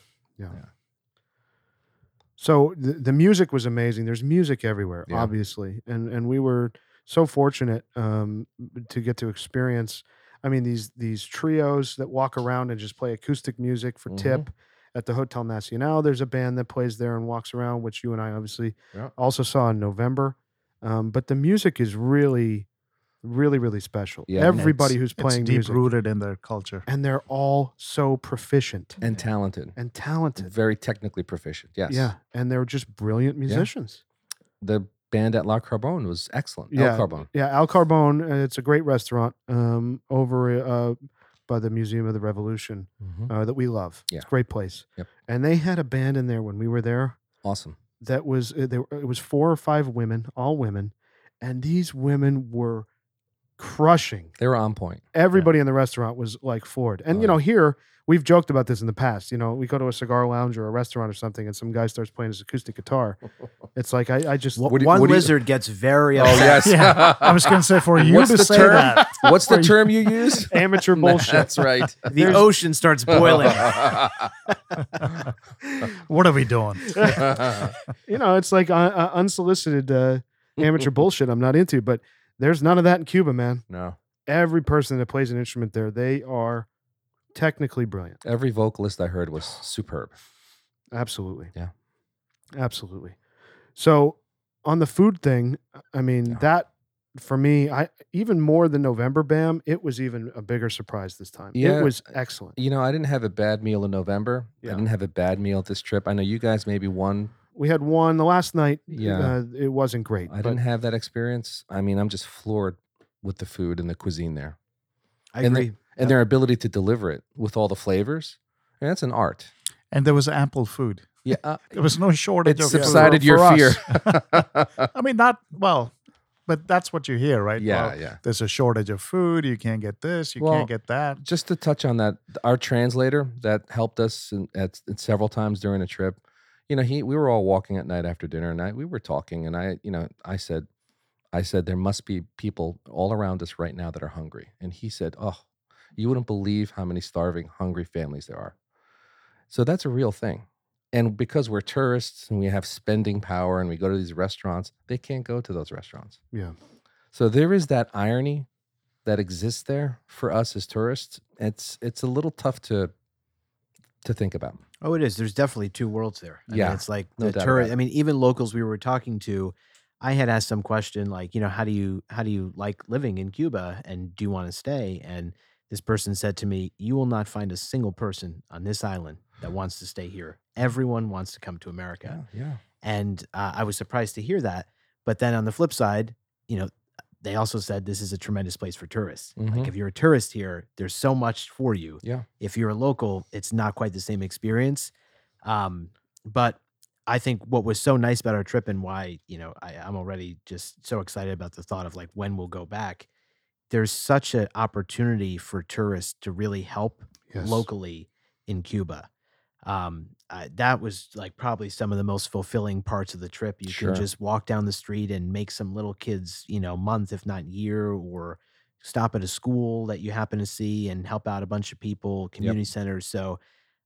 A: so the, the music was amazing. There's music everywhere,
B: Yeah.
A: obviously. And and we were so fortunate um, to get to experience I mean these these trios that walk around and just play acoustic music for
B: Mhm.
A: tip at the Hotel Nacional. There's a band that plays there and walks around, which you and I obviously
B: Yeah.
A: also saw in November. Um, but the music is really, really, really special.
B: Yeah. And
A: Everybody who's playing
F: it's deep
A: music,
F: rooted in their culture.
A: and they're all so proficient
B: And talented.
A: and talented.
B: Very technically proficient. Yes.
A: Yeah, and they're just brilliant musicians.
B: The band at La Carbone was excellent.
A: Yeah.
B: El Carbone.
A: Yeah, Al Carbone. uh, It's a great restaurant um, over uh, by the Museum of the Revolution
B: Mhm.
A: uh, that we love.
B: Yeah.
A: It's a great place.
B: Yep.
A: And they had a band in there when we were there.
B: Awesome.
A: that was uh, there it was four or five women, all women, and these women were crushing.
B: They were on point.
A: Everybody in the restaurant was like floored. And
B: Oh,
A: you know,
B: yeah.
A: here we've joked about this in the past. You know, we go to a cigar lounge or a restaurant or something, and some guy starts playing his acoustic
B: [laughs]
A: guitar. It's like I, I just
E: Wha-
B: what do you-
E: One
B: what do you-
E: wizard gets very [laughs]
B: Oh
E: upset.
B: yes.
F: Yeah. I was
B: [laughs]
F: going to say for you
B: What's
F: to
B: the
F: say
B: term?
F: that.
B: What's the
F: Wait.
B: term you use? [laughs]
A: amateur [laughs] bullshit.
B: That's right.
E: The ocean starts
B: [laughs]
E: boiling.
F: What are we doing?
A: you know, it's like uh, uh, unsolicited uh,
B: [laughs]
A: amateur bullshit. I'm not into, but there's none of that in Cuba, man.
B: no.
A: Every person that plays an instrument there, they are technically brilliant.
B: Every vocalist I heard was superb.
A: Absolutely.
B: Yeah.
A: Absolutely. So on the food thing, I mean
B: Yeah.
A: that for me, I even more than November Bam, it was even a bigger surprise this time.
B: Yeah.
A: It was excellent.
B: You know, I didn't have a bad meal in November.
A: Yeah.
B: I didn't have a bad meal this trip. I know you guys maybe one.
A: We had one the last night.
B: Yeah.
A: uh, it wasn't great.
B: I
A: but
B: didn't have that experience. I mean, I'm just floored with the food and the cuisine there.
E: I
B: And the-
E: agree.
B: and their ability to deliver it with all the flavors. And that's an art.
F: And there was ample food.
B: Yeah, uh,
F: There was no shortage
B: it
F: of food for-
B: subsided your
F: for us.
B: fear. [laughs]
F: I mean, not well, but that's what you hear, right?
B: yeah,
F: Well,
B: yeah.
F: There's a shortage of food. You can't get this. You
B: Well,
F: can't get that.
B: Just to touch on that, our translator that helped us in, at, at several times during the trip. You know, he we were all walking at night after dinner, and I we were talking, and I, you know, I said, I said there must be people all around us right now that are hungry, and he said, oh, you wouldn't believe how many starving, hungry families there are. So that's a real thing. And because we're tourists and we have spending power and we go to these restaurants, they can't go to those restaurants.
A: Yeah.
B: So there is that irony that exists there for us as tourists. It's it's a little tough to to think about.
E: Oh, it is. There's definitely two worlds there. I mean,
B: Yeah,
E: it's like
B: no
E: the
B: doubt
E: tourist.
B: about
E: I
B: it.
E: mean, even locals we were talking to, I had asked some question like, you know, how do you how do you like living in Cuba and do you want to stay? And this person said to me, "You will not find a single person on this island that wants to stay here. Everyone wants to come to America."
B: yeah.
E: And uh, I was surprised to hear that. But then on the flip side, you know, they also said this is a tremendous place for tourists.
B: Mhm.
E: Like if you're a tourist here, there's so much for you.
B: Yeah.
E: If you're a local, it's not quite the same experience. Um, but I think what was so nice about our trip and why, you know, I, I'm already just so excited about the thought of like when we'll go back. There's such an opportunity for tourists to really help locally in Cuba. Um, I, that was like probably some of the most fulfilling parts of the trip. You
B: Sure.
E: can just walk down the street and make some little kids, you know, month if not year, or stop at a school that you happen to see and help out a bunch of people, community centers. So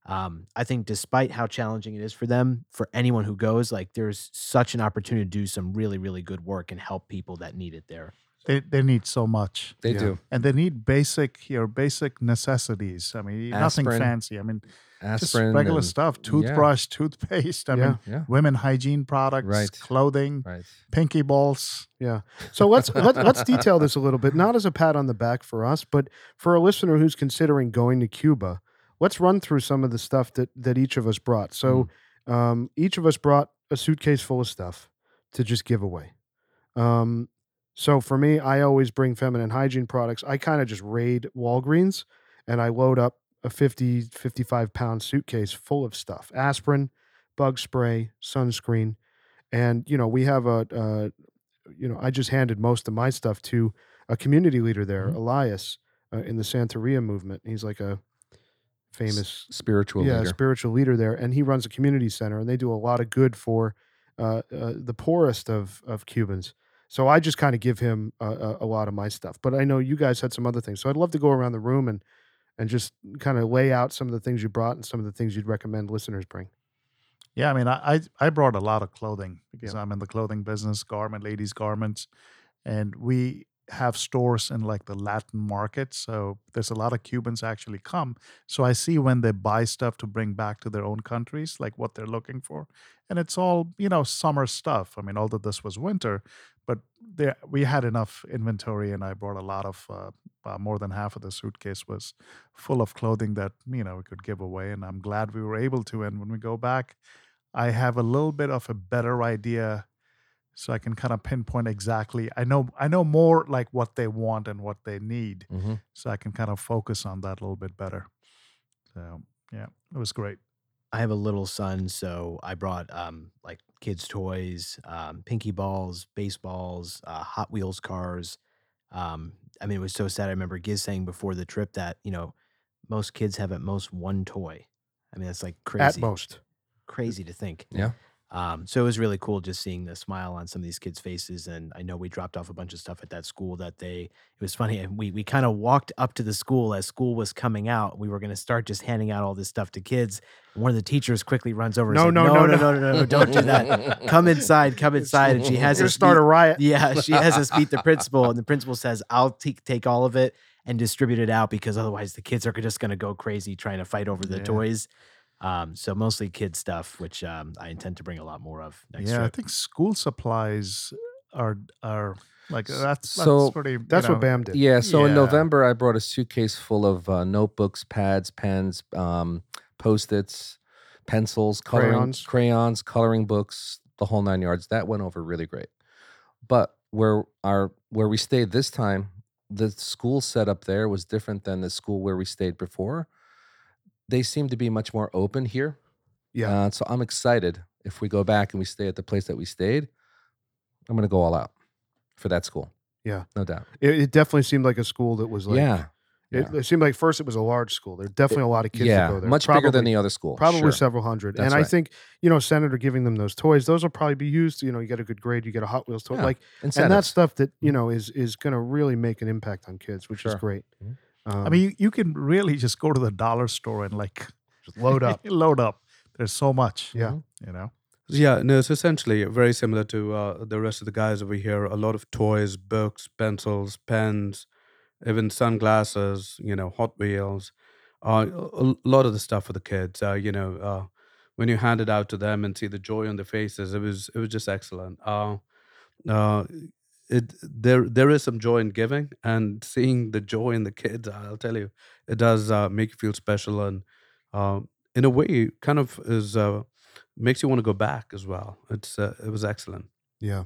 E: um, I think despite how challenging it is for them, for anyone who goes, like there's such an opportunity to do some really, really good work and help people that need it there.
F: They, they need so much.
B: They
D: Yeah.
B: do.
F: And they need basic, your basic necessities. I mean, nothing
B: Aspirin,
F: fancy. I mean, just
B: Aspirin.
F: regular
B: and-
F: stuff toothbrush, toothpaste. I
A: Yeah.
F: mean,
B: Yeah.
F: women hygiene products,
B: Right.
F: clothing,
B: Right.
F: pinky balls.
A: Yeah. So let's let, let's
B: [laughs]
A: detail this a little bit, not as a pat on the back for us, but for a listener who's considering going to Cuba. Let's run through some of the stuff that that each of us brought. So um, each of us brought a suitcase full of stuff to just give away. Um, so for me, I always bring feminine hygiene products. I kind of just raid Walgreens and I load up a 50, 55 pound suitcase full of stuff aspirin, bug spray, sunscreen. And, you know, we have a, uh, you know, I just handed most of my stuff to a community leader there, Elias, uh, in the Santeria movement. He's like a famous
B: Spiritual
A: yeah,
B: leader.
A: spiritual leader there, and he runs a community center, and they do a lot of good for uh, uh, the poorest of of Cubans. So I just kind of give him a, a, a lot of my stuff, but I know you guys had some other things, so I'd love to go around the room and and just kind of lay out some of the things you brought and some of the things you'd recommend listeners bring.
F: Yeah, I mean, I I, I brought a lot of clothing because I'm in the clothing business, garment, ladies' garments, and we have stores in like the Latin market. So there's a lot of Cubans actually come. So I see when they buy stuff to bring back to their own countries, like what they're looking for, and it's all you know summer stuff. I mean, although this was winter, but there we had enough inventory, and I brought a lot of. Uh, uh, more than half of the suitcase was full of clothing that you know we could give away, and I'm glad we were able to. And when we go back, I have a little bit of a better idea so I can kind of pinpoint exactly. I know I know more like what they want and what they need
B: Mhm.
F: so I can kind of focus on that a little bit better. So, yeah, it was great.
E: I have a little son, so I brought um, like kids' toys, um, pinky balls, baseballs, uh, Hot Wheels cars. Um, I mean, it was so sad. I remember Giz saying before the trip that you know most kids have at most one toy. I mean, that's like crazy,
A: At most,
E: crazy to think.
B: Yeah.
E: Um, so it was really cool just seeing the smile on some of these kids' faces. And I know we dropped off a bunch of stuff at that school that they, it was funny. and We, we kind of walked up to the school as school was coming out. We were going to start just handing out all this stuff to kids. And one of the teachers quickly runs over and
A: No,
E: says,
A: no,
E: no,
A: no,
E: no, no, no, no, don't
A: [laughs]
E: do that. Come inside, come inside. And she has
A: You're gonna
E: us
A: start a riot.
E: yeah, she has us [laughs] meet the principal, and the principal says, "I'll take take all of it and distribute it out because otherwise the kids are just going to go crazy trying to fight over the
F: Yeah.
E: toys." Um, so mostly kid stuff, which um, I intend to bring a lot more of next
F: yeah,
E: trip.
F: I think school supplies are are like
B: S-
F: that's that's
B: so
F: pretty you
A: that's
F: know,
A: what Bam did.
B: Yeah. So in
F: Yeah.
B: November, I brought a suitcase full of uh, notebooks, pads, pens, um, post its, pencils, coloring,
A: Crayons.
B: crayons, coloring books, the whole nine yards. That went over really great. But where our where we stayed this time, the school setup there was different than the school where we stayed before. They seem to be much more open here.
A: Yeah.
B: Uh, so I'm excited if we go back and we stay at the place that we stayed. I'm gonna go all out for that school.
A: Yeah.
B: No doubt.
A: It, it definitely seemed like a school that was like
B: yeah.
A: It,
B: yeah.
A: it seemed like first it was a large school. There were definitely a lot of kids
B: yeah,
A: that go there.
B: much bigger than
A: Probably-
B: the other school.
A: probably
B: sure.
A: several hundred.
B: That's
A: and I
B: right.
A: think you know, senator giving them those toys, those will probably be used. You know, you get a good grade, you get a Hot Wheels toy,
B: Yeah,
A: like,
B: Incentives.
A: and that's stuff that you know is is going to really make an impact on kids, which is
B: Sure.
A: great.
B: Mhm.
A: Um,
F: I mean, you, you can really just go to the dollar store and like
A: just load up.
F: [laughs] load up. There's so much.
A: Yeah.
F: You know.
C: Yeah, no, it's essentially very similar to uh, the rest of the guys over here. A lot of toys, books, pencils, pens, even sunglasses, you know, Hot Wheels, uh, a a lot of the stuff for the kids. Uh, you know, uh, when you hand it out to them and see the joy on their faces, it was it was just excellent. Uh, uh, it there there is some joy in giving and seeing the joy in the kids. I'll tell you, it does uh, make you feel special and uh, in a way, kind of is. Uh, makes you want to go back as well. It's uh, it was excellent.
A: Yeah,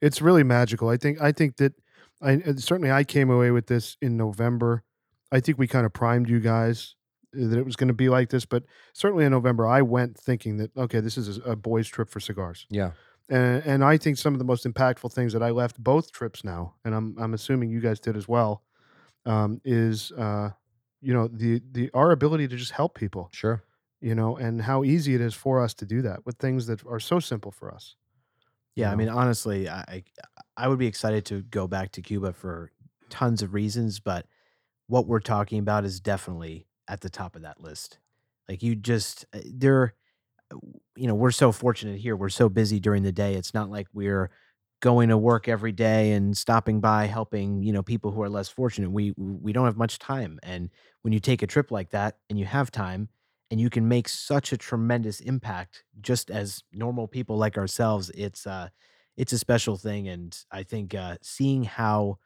A: it's really magical. I think I think that I uh, certainly I came away with this in November. I think we kind of primed you guys uh, that it was going to be like this, but certainly in November I went thinking that okay, this is a, a boys' trip for cigars,
B: Yeah.
A: and and I think some of the most impactful things that I left both trips now, and I'm I'm assuming you guys did as well, um, is uh, you know the the our ability to just help people
B: Sure.
A: you know, and how easy it is for us to do that with things that are so simple for us.
E: Yeah, I
A: know?
E: mean, honestly, I I- I would be excited to go back to Cuba for tons of reasons, but what we're talking about is definitely at the top of that list. Like you just uh, there, uh, you know, we're so fortunate here. We're so busy during the day. It's not like we're going to work every day and stopping by helping you know people who are less fortunate. We we don't have much time, and when you take a trip like that and you have time, and you can make such a tremendous impact just as normal people like ourselves it's uh it's a special thing and i think uh seeing how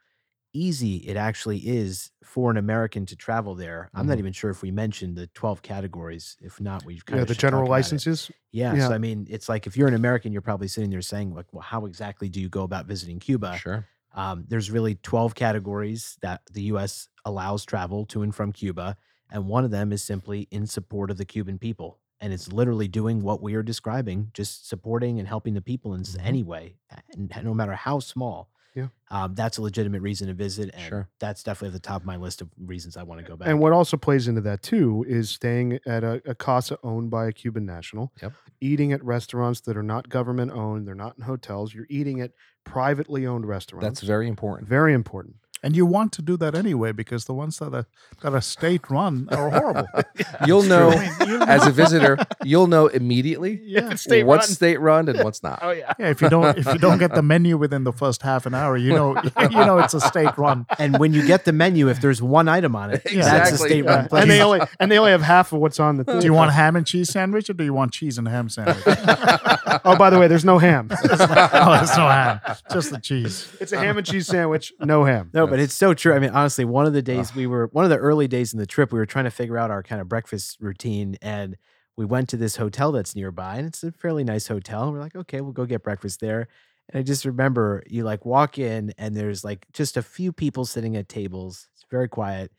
E: easy it actually is for an american to travel there i'm not even sure if we mentioned the 12 categories if not we've kind
A: Mm-hmm. Yeah,
E: of
A: the
E: should talk
A: general
E: about it.
A: licenses.
E: yeah,
A: Yeah.
E: so i mean it's like if you're an american you're probably sitting there saying like well how exactly do you go about visiting
A: Uh,
E: cuba
B: Sure.
E: um, there's really 12 categories that the U.S. allows travel to and from Cuba, and one of them is simply in support of the Cuban people, and it's literally doing what we are describing, just supporting and helping the people in s any way, a- and no matter how small.
A: Mm-hmm. Yeah.
E: um, that's a legitimate reason to visit, and
B: Sure.
E: that's definitely at the top of my list of reasons I want to go back.
A: And what also plays into that too is staying at a, a casa owned by a Cuban national,
B: Yep.
A: eating at restaurants that are not government owned, they're not in hotels, you're eating at privately owned restaurants.
B: That's very important.
A: very important.
F: And you want to do that anyway because the ones that are that are state run are
B: [laughs]
F: horrible. [laughs]
B: You'll know
A: [laughs]
F: you
B: as a visitor, you'll know immediately
F: yeah.
B: what's state run Oh, and what's [laughs] not.
F: yeah, if you don't if you don't get the menu within the first half an hour, you know [laughs] you know it's a state run.
E: and when you get the menu, if there's one item on
A: [laughs]
E: it, that's a
B: Exactly.
E: state run
A: Yeah, And they
E: place.
A: only and they only have half of what's on the
F: Do you
A: thing.
F: want ham and cheese sandwich or do you want cheese and ham
B: [laughs]
F: sandwich?
A: oh, by the way, there's no ham. [laughs]
F: oh, it's no ham, just the cheese.
A: It's a ham and cheese sandwich, no ham.
E: No, but it's so true. I mean, honestly, one of the days we were, one of the early days in the trip, we were trying to figure out our kind of breakfast routine. And we went to this hotel that's nearby, and it's a fairly nice hotel. And we're like, okay, we'll go get breakfast there. And I just remember you like walk in, and there's like just a few people sitting at tables. It's very quiet.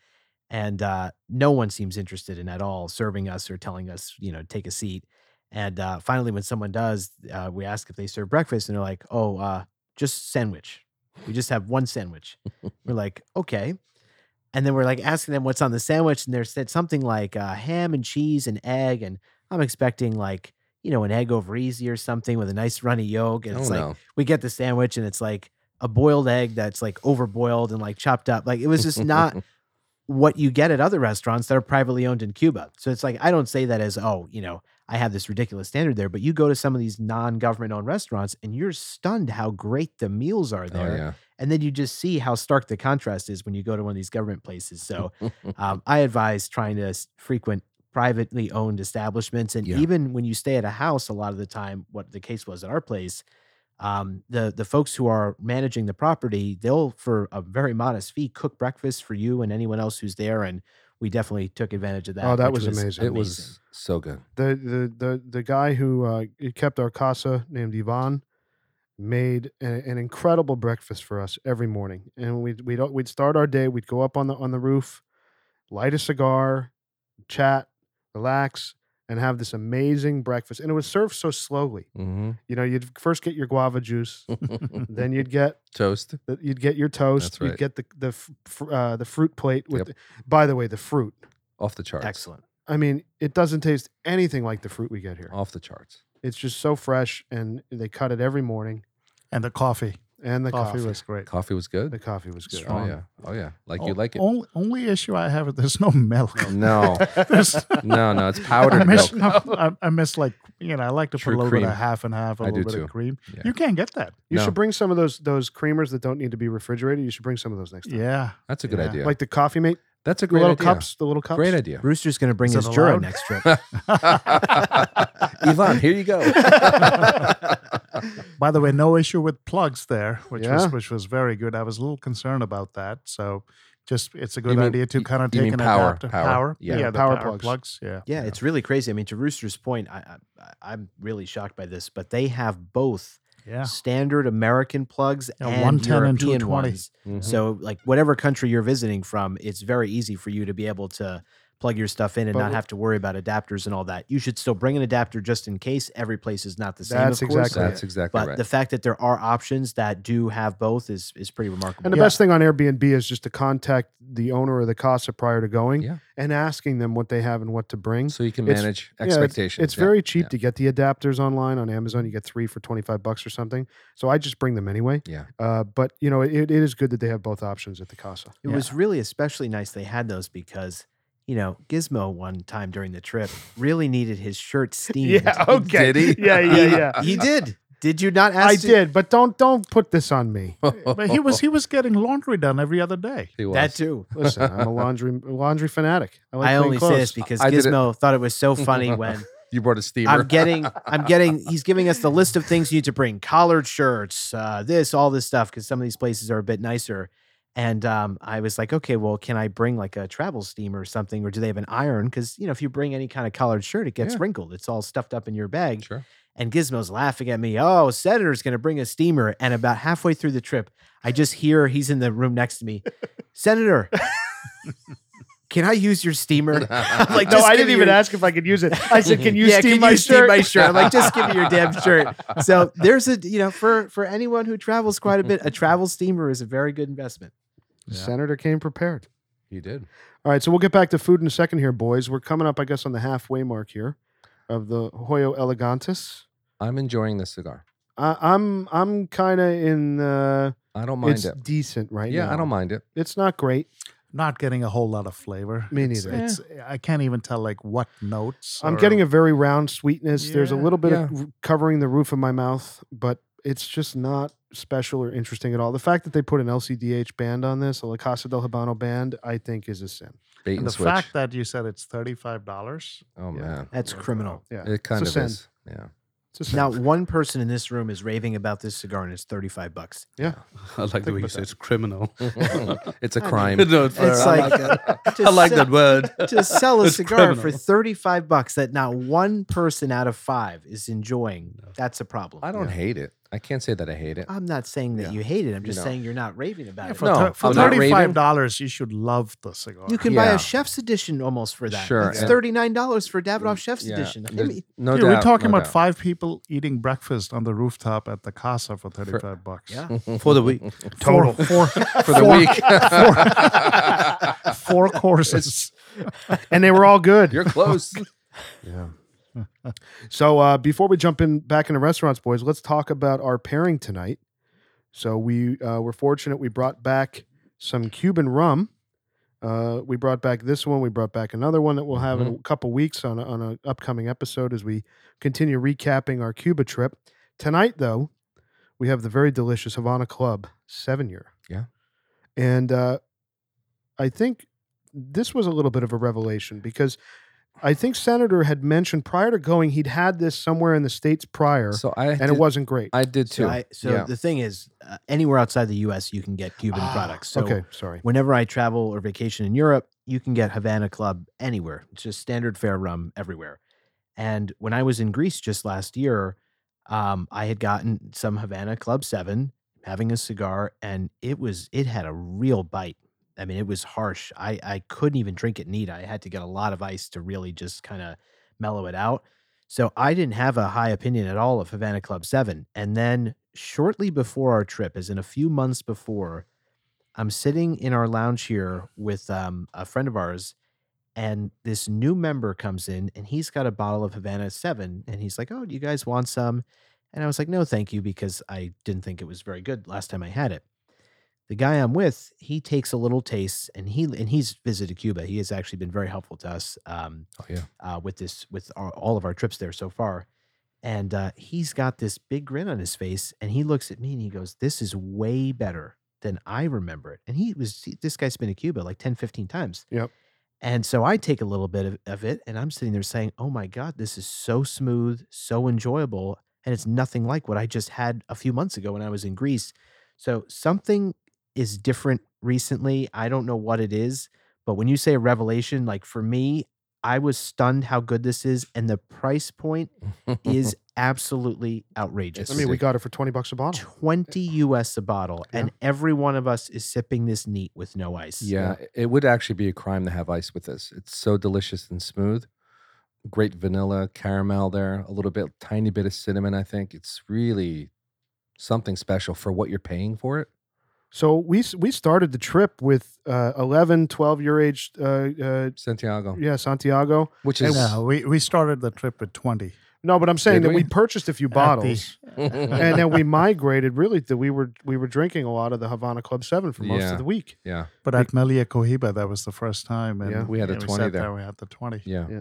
E: And uh, no one seems interested in at all serving us or telling us, you know, take a seat. And uh, finally, when someone does, uh, we ask if they serve breakfast, and they're like, oh, uh, just sandwich. We just have one sandwich. We're like, okay. And then we're like asking them what's on the sandwich, and they said something like uh, ham and cheese and egg, and I'm expecting like you know an egg over easy or something with a nice runny yolk, and
B: Oh
E: it's like
B: no.
E: we get the sandwich, and it's like a boiled egg that's like overboiled and like chopped up. Like it was just
B: [laughs]
E: not what you get at other restaurants that are privately owned in Cuba. So it's like I don't say that as oh you know I have this ridiculous standard there, but you go to some of these non-government owned restaurants, and you're stunned how great the meals are
B: Oh
E: there
B: yeah.
E: and then you just see how stark the contrast is when you go to one of these government places. So um, I advise trying to s- frequent privately owned establishments, and
B: Yeah.
E: even when you stay at a house, a lot of the time, what the case was at our place, um, the the folks who are managing the property, they'll for a very modest fee cook breakfast for you and anyone else who's there, and we definitely took advantage of that.
A: Oh, that
E: which
A: was amazing.
B: [laughs] It was so good.
A: the the the the guy who uh, it kept our casa named Ivan made a, an incredible breakfast for us every morning, and we'd we'd al- we'd start our day. We'd go up on the on the roof, light a cigar, chat, relax, and have this amazing breakfast. And it was served so slowly.
B: hmm
A: You know, you'd first get your guava
B: [laughs]
A: juice, [laughs] then you'd get
B: Mm-hmm. Toast.
A: the- you'd get your toast,
B: That's
A: you'd
B: right.
A: get the the f- fr- uh, the fruit plate with.
B: Yep.
A: the- by the way, the fruit.
B: Off the charts.
E: excellent.
A: I mean, it doesn't taste anything like the fruit we get here.
B: Off the charts.
A: It's just so fresh, and they cut it every morning.
F: And the coffee.
A: And the coffee, was
F: great.
B: Coffee was good.
A: the coffee was good.
B: Oh
F: Strong.
B: yeah. Oh yeah. Like you like it.
F: Only, only issue I have is there's no milk.
A: [laughs]
B: No.
F: [laughs] There's-
B: No, no. It's
F: I
B: [laughs] powdered
F: miss,
B: milk.
F: no, I, I miss like you know I like to
B: True
F: put a little bit
B: cream.
F: of half and half, a
B: I do
F: little bit
B: too.
F: of cream.
B: Yeah.
F: You can't get that.
A: You
B: No.
A: should bring some of those those creamers that don't need to be refrigerated. You should bring some of those next time.
F: Yeah,
B: That's a good
F: Yeah.
B: idea.
A: Like the coffee mate,
B: That's a
A: the
B: great
A: little
B: idea.
A: cups, the little cups.
B: Great idea.
E: Rooster's going to bring
F: Is
E: his
F: it
E: juro
F: allowed?
E: next trip.
B: [laughs]
F: [laughs]
B: Ivan, here you go. Mm-hmm.
F: By the way, no issue with plugs there, which
A: Yeah.
F: was which was very good. I was a little concerned about that, so just it's a good
B: mean-
F: idea to
B: you-
F: kind of
B: you
F: take
B: mean
F: an
B: power,
F: adapter
B: power. Yeah.
F: Yeah, the
A: Power
F: power,
A: plugs.
F: plugs. Yeah,
E: Yeah, it's really crazy. I mean, to Rooster's point, I, I I- I'm really shocked by this, but they have both
F: Yeah.
E: standard American plugs
F: Yeah,
E: and
F: 110
E: European
F: and 220.
E: ones.
B: Mhm.
A: Mm-hmm.
E: So, like whatever country you're visiting from, it's very easy for you to be able to plug your stuff in and
A: But
E: not
A: with-
E: have to worry about adapters and all that. You should still bring an adapter just in case. Every place is not the same.
A: That's
E: of course,
A: exactly
B: that's exactly
E: But
B: right.
E: the fact that there are options that do have both is is pretty remarkable.
A: And the
F: Yeah.
A: best thing on Airbnb is just to contact the owner or the casa prior to going
B: Yeah.
A: and asking them what they have and what to bring.
B: so you can
A: it's-
B: manage
A: yeah, it's-
B: expectations.
A: It's
B: yeah.
A: very cheap
B: yeah.
A: to get the adapters online on Amazon. You get three for 25 bucks or something. So I just bring them anyway.
B: Yeah.
A: Uh, but, you know, it, it is good that they have both options at the Casa.
E: It was really especially nice they had those because, you know, Gizmo one time during the trip really needed
A: [laughs]
E: his shirt steamed. [laughs]
B: okay. Did he?
A: oh, Yeah, yeah, yeah.
E: He did. Did you not ask?
A: I
E: to-
A: did, but don't don't put this on me.
F: But he was he was getting laundry done every other day.
B: [laughs] He was.
E: That too.
A: Listen, I'm
B: [laughs]
A: a laundry laundry fanatic. I, like
E: I
A: clean
F: [laughs]
E: only
A: clothes.
E: say this because
B: I did it-
E: Gizmo thought it
B: [laughs]
E: was so funny when
B: You brought a steamer.
E: I'm getting,
A: [laughs]
E: I'm getting, he's giving us the list of things you need to bring: collared shirts, uh, this, all this stuff, because some of these places are a bit nicer. And um, I was like, okay, well, can I bring like a travel steamer or something, or do they have an iron? Because you know, if you bring any kind of collared shirt, it gets
B: Yeah.
E: wrinkled. It's all stuffed up in your
B: [laughs]
E: bag.
B: sure. [laughs]
E: And Gizmo's laughing at me. Oh, Senator's going to bring a steamer. And about halfway through the trip, I just hear he's in the room next to me.
A: [laughs]
E: Senator, can I use your steamer? I'm like,
A: No,
E: "Just
A: I didn't
E: give me
A: even
E: your-
A: ask if I could use it. I said,
E: [laughs]
A: "Can you
E: yeah,
A: steam
E: can
A: my
E: you
A: shirt?"
E: steam my shirt? I'm like, just give me your damn shirt. So there's a, you know, for for anyone who travels quite a bit, a travel steamer is a very good investment.
F: Yeah.
A: Senator came prepared.
B: You did.
A: All right, so we'll get back to food in a second here, boys. We're coming up, I guess, on the halfway mark here of the Hoyo Elegantis.
B: I'm enjoying this cigar.
A: I, I'm I'm kind of in. Uh,
B: I don't mind
A: it's
B: it.
A: decent right
B: Yeah,
A: now.
B: I don't mind it.
A: It's not great.
F: Not getting a whole lot of flavor.
A: Me
F: It's-
A: neither.
F: It's, I can't even tell like what notes.
A: I'm
F: or-
A: getting a very round sweetness. There's a
F: Yeah,
A: little bit of r- covering the roof of my mouth, but it's just not special or interesting at all. The fact that they put an LCDH band on this, a La Casa del Habano band, I think is a sin.
B: Bait and,
F: and the
B: switch.
F: fact that you said it's thirty five dollars.
B: oh
A: Yeah.
B: man,
E: That's criminal.
A: Yeah,
B: it kind
A: it's
B: of
A: a sin.
B: is. Yeah.
A: It's a sin.
E: Now, one person in this room is raving about this cigar, and it's 35 bucks.
C: [laughs] I like the way you say it's
B: [laughs]
C: criminal. [laughs]
B: it's a crime.
C: no, it's fair.
E: It's
C: I
E: like- [laughs]
C: that. [laughs] I like
B: [laughs]
C: that word.
E: to sell a
C: It's
E: cigar for
C: criminal.
E: 35 bucks that not one person out of five is enjoying that's a problem
B: I don't hate it. I can't say that I hate it.
E: i'm not saying that
B: Yeah.
E: you hate it i'm just
B: No.
E: saying you're not raving about
F: Yeah,
E: it
F: for
B: No,
F: thir- for
B: I'm not
F: thirty
B: raving.
F: five dollars, you should love the cigar.
E: you can buy
B: Yeah.
E: a chef's edition almost for that
B: Sure,
E: it's
B: and-
E: $39 for davidoff chef's
B: Yeah,
E: edition I
B: there's
E: mean,
B: No
F: Dude,
B: doubt.
F: we're talking
B: no
F: about
B: doubt.
F: five people eating breakfast on the rooftop at the casa for thirty five bucks.
E: yeah
C: [laughs] For the
B: [laughs]
C: week.
F: total four,
B: for the
F: four-
B: week.
F: four courses. [laughs]
A: and they were all
B: [laughs]
A: good.
B: [laughs] You're close.
A: So uh, before we jump in back into restaurants, boys, let's talk about our pairing tonight. So we uh, were fortunate we brought back some Cuban rum. Uh, we brought back this one. We brought back another one that we'll have
B: Mm-hmm.
A: in a couple weeks on a, on an upcoming episode as we continue recapping our Cuba trip. Tonight, though, we have the very delicious Havana Club Seven Year.
B: Yeah.
A: and uh, I think this was a little bit of a revelation because I think Senator had mentioned prior to going he'd had this somewhere in the states prior,
B: So I
A: and
B: did,
A: it wasn't great.
B: I did too.
E: so, I, so
B: yeah.
E: the thing is uh, anywhere outside the us you can get cuban
A: Ah,
E: products so
A: okay, sorry.
E: whenever i travel or vacation in europe you can get havana club anywhere it's just standard fair rum everywhere and when i was in greece just last year um, i had gotten some havana club 7 having a cigar and it was it had a real bite i mean it was harsh i i couldn't even drink it neat i had to get a lot of ice to really just kind of mellow it out so i didn't have a high opinion at all of havana club 7 and then shortly before our trip as in a few months before I'm sitting in our lounge here with um, a friend of ours, and this new member comes in, and he's got a bottle of Havana Seven, and he's like, "Oh, do you guys want some?" And I was like, "No, thank you," because I didn't think it was very good last time I had it. The guy I'm with, he takes a little taste, and he and he's visited Cuba. He has actually been very helpful to us. Um,
B: oh yeah. [laughs]
E: uh, with this with our, all of our trips there so far. And uh, he's got this big grin on his face, and he looks at me and he goes, "This is way better than I remember it." And he was he- this guy's been to Cuba like 10, 15 times.
A: Yep.
E: And so I take a little bit of, of it, and I'm sitting there saying, "Oh my god, this is so smooth, so enjoyable, and it's nothing like what I just had a few months ago when I was in Greece." So something is different recently. I don't know what it is, but when you say revelation, like for me, I was stunned how good this is, and the price point is absolutely outrageous.
A: I mean, we got it for 20 bucks a bottle.
E: 20 US a bottle, and every one of us is sipping this neat with no ice.
B: Yeah, i- it would actually be a crime to have ice with this. It's so delicious and smooth. Great vanilla, caramel there, a little bit, tiny bit of cinnamon. I think it's really something special for what you're paying for it.
A: So we s- we started the trip with uh, 11, 12 year age, uh, uh,
B: Santiago,
A: yeah, Santiago.
B: which
A: And-
B: is [laughs]
F: [laughs] No, uh, we, we started the trip with 20.
A: No, but I'm saying
B: Did
A: that we?
B: we?
A: purchased a few
F: the-
A: bottles and then we migrated. Really, that we were we were drinking a lot of the Havana Club Seven for most
B: Yeah.
A: of the week.
B: yeah,
F: But at Melia Cohiba, that was the first time. And
A: Yeah.
B: We had a
F: and
B: 20
F: sat
B: there.
F: We had the 20.
B: yeah,
A: Yeah.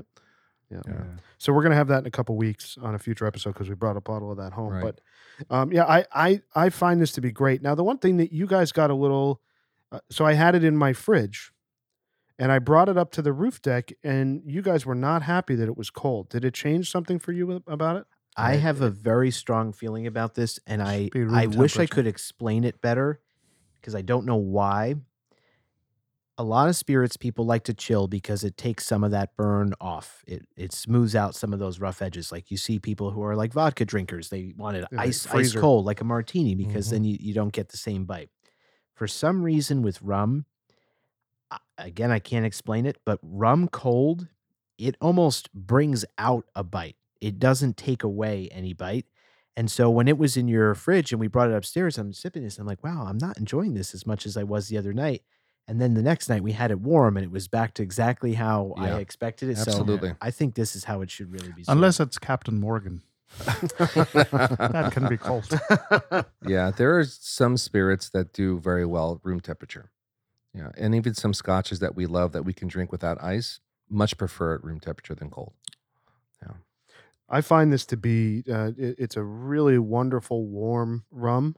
A: Yeah.
B: Yeah.
A: So we're gonna have that in a couple weeks on a future episode because we brought a bottle of that home.
B: Right.
A: But um, yeah, I, I I find this to be great. Now the one thing that you guys got a little, uh, so I had it in my fridge, and I brought it up to the roof deck, and you guys were not happy that it was cold. Did it change something for you about it?
E: I
A: Right.
E: have a very strong feeling about this, and I,
F: be room
E: I wish I
F: temperature.
E: could explain it better because I don't know why. A lot of spirits people like to chill because it takes some of that burn off. It it smooths out some of those rough edges. Like you see people who are like vodka drinkers, they want it
A: Yeah, like
E: ice ice
A: freezer.
E: cold like a martini because
B: Mhm.
E: then you, you don't get the same bite. For some reason with rum, I- again I can't explain it, but rum cold it almost brings out a bite. It doesn't take away any bite. And so when it was in your fridge and we brought it upstairs, I'm sipping this. I'm like, wow, I'm not enjoying this as much as I was the other night. And then the next night we had it warm and it was back to exactly how
B: Yeah,
E: I expected it.
B: absolutely.
E: So I think this is how it should really be. served.
F: Unless it's Captain Morgan. That can be cold.
B: [laughs] yeah, there are some spirits that do very well at room temperature. Yeah, and even some scotches that we love that we can drink without ice, much prefer at room temperature than cold.
A: I find this to be uh, it- it's a really wonderful warm rum.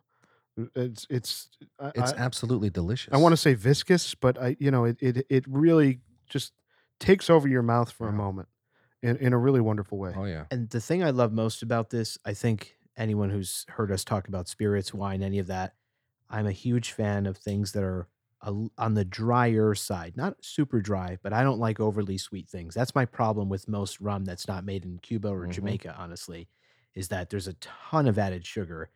A: Uh, It's it's I-
B: It's
A: I-
B: absolutely delicious.
A: I want to say viscous, but I, you know, it it, it really just takes over your mouth for a
B: Yeah.
A: moment, in, in a really wonderful way. [laughs]
B: Oh yeah,
E: And the thing I love most about this, I think anyone who's heard us talk about spirits, wine, any of that, I'm a huge fan of things that are a l- on the drier side, not super dry, but I don't like overly sweet things. That's my problem with most rum that's not made in Cuba or
B: Mhm.
E: Jamaica, honestly, is that there's a ton of added sugar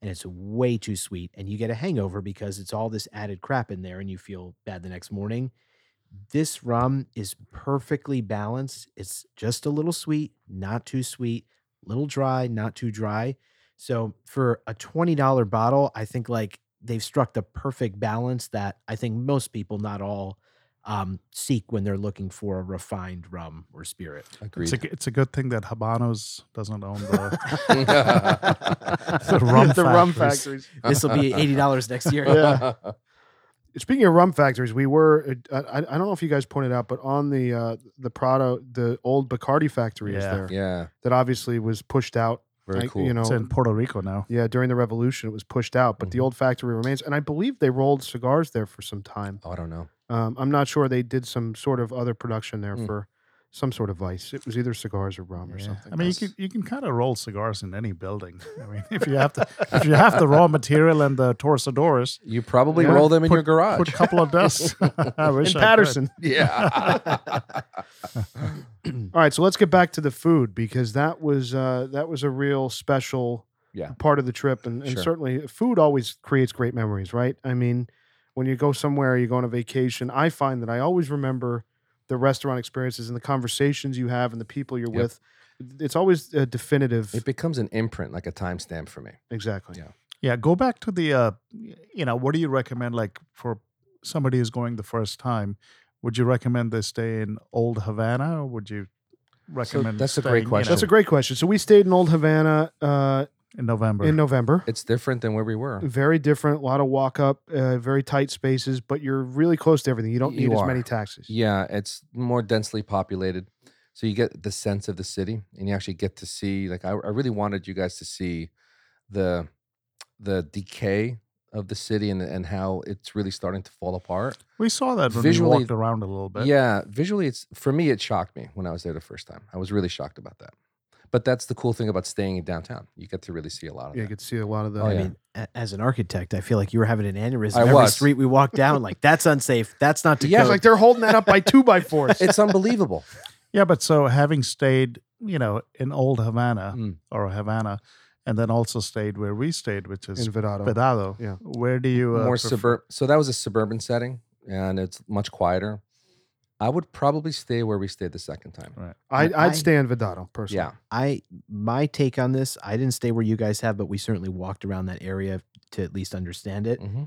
E: and it's way too sweet and you get a hangover because it's all this added crap in there and you feel bad the next morning this rum is perfectly balanced. It's just a little sweet, not too sweet, little dry, not too dry. So for a $20 bottle, I think like they've struck the perfect balance that I think most people, not all, um, seek when they're looking for a refined rum or spirit. [laughs]
B: agreed.
F: It's a, it's a good thing that Habanos doesn't own the,
E: this
F: the
E: [laughs]
F: rum
A: the rum
F: factories.
A: factories.
B: [laughs]
E: will be $80 next year.
A: Yeah. Speaking of rum factories, we were uh, I, I don't know if you guys pointed out, but on the uh, the Prado, the old Bacardi factory is
F: Yeah.
A: there
B: yeah,
A: that obviously was pushed out.
B: very
A: like,
B: cool.
A: You know,
F: It's in Puerto Rico now.
A: yeah, during the revolution it was pushed out, but the
B: Mhm.
A: old factory remains, and I believe they rolled cigars there for some time.
B: oh, I don't know.
A: Um, I'm not sure they did some sort of other production there
B: Mm.
A: for some sort of vice. It was either cigars or rum or
F: Yeah.
A: something.
F: I mean, you
A: else.
F: can you can kind of roll cigars in any building. I mean, [laughs] if you have the if you have the raw material and the torsadores,
B: You probably
A: Yeah.
B: roll them in your
F: put
B: garage.
F: a
B: [laughs]
A: [laughs]
F: couple of dust. [laughs] I wish
A: in
F: I could.
A: Patterson.
B: yeah.
A: All right, so let's get back to the food because that was uh, that was a real special
B: Yeah.
A: part of the trip, and, and
B: Sure.
A: certainly food always creates great memories, right? I mean, when you go somewhere, you go on a vacation. I find that I always remember the restaurant experiences and the conversations you have and the people you're
B: Yep.
A: with. It's always uh, definitive.
B: [laughs] it becomes an imprint, like a timestamp for me.
A: exactly.
B: Yeah.
F: Yeah, go back to the uh, you know, what do you recommend like for somebody who's going the first time? Would you recommend they stay in Old Havana or would you recommend
B: that's a great
F: staying, you know,
B: question.
A: That's a great question. So we stayed in Old Havana uh,
F: in November.
A: in November.
B: It's different than where we were.
A: Very different. A lot of walk up, uh, very tight spaces, but you're really close to everything. You don't need
B: You
A: as many
B: are.
A: taxis.
B: Yeah, it's more densely populated. So you get the sense of the city and you actually get to see like I, I really wanted you guys to see the the decay of the city and and how it's really starting to fall apart.
F: we saw that when
B: Visually-
F: we walked around a little bit.
B: Yeah, visually it's for me it shocked me when I was there the first time. I was really shocked about that. But that's the cool thing about staying in downtown. You get to really see a lot of
A: Yeah, you
B: that.
A: could see a lot of the.
B: Oh,
E: I
B: yeah.
E: mean, a- as an architect, I feel like you were having an aneurysm.
B: I
E: Every
B: was.
E: street we walked down, like that's unsafe. That's not to
A: Yeah,
B: Yeah,
A: [laughs]
E: code.
A: it's like they're holding that up by two by fours.
B: It's unbelievable.
F: Yeah, but so having stayed you know, in old Havana
B: Mm.
F: or Havana, and then also stayed where we stayed, which is
A: in Vidado.
F: Vedado.
A: Yeah.
F: Where do you uh,
B: more
F: prefer-
B: suburb. So that was a suburban setting, and it's much quieter. I would probably stay where we stayed the second time.
A: I, I'd
E: I-
A: stay in Vidado personally.
B: Yeah,
E: I my take on this, I didn't stay where you guys have, but we certainly walked around that area to at least understand it.
B: hmm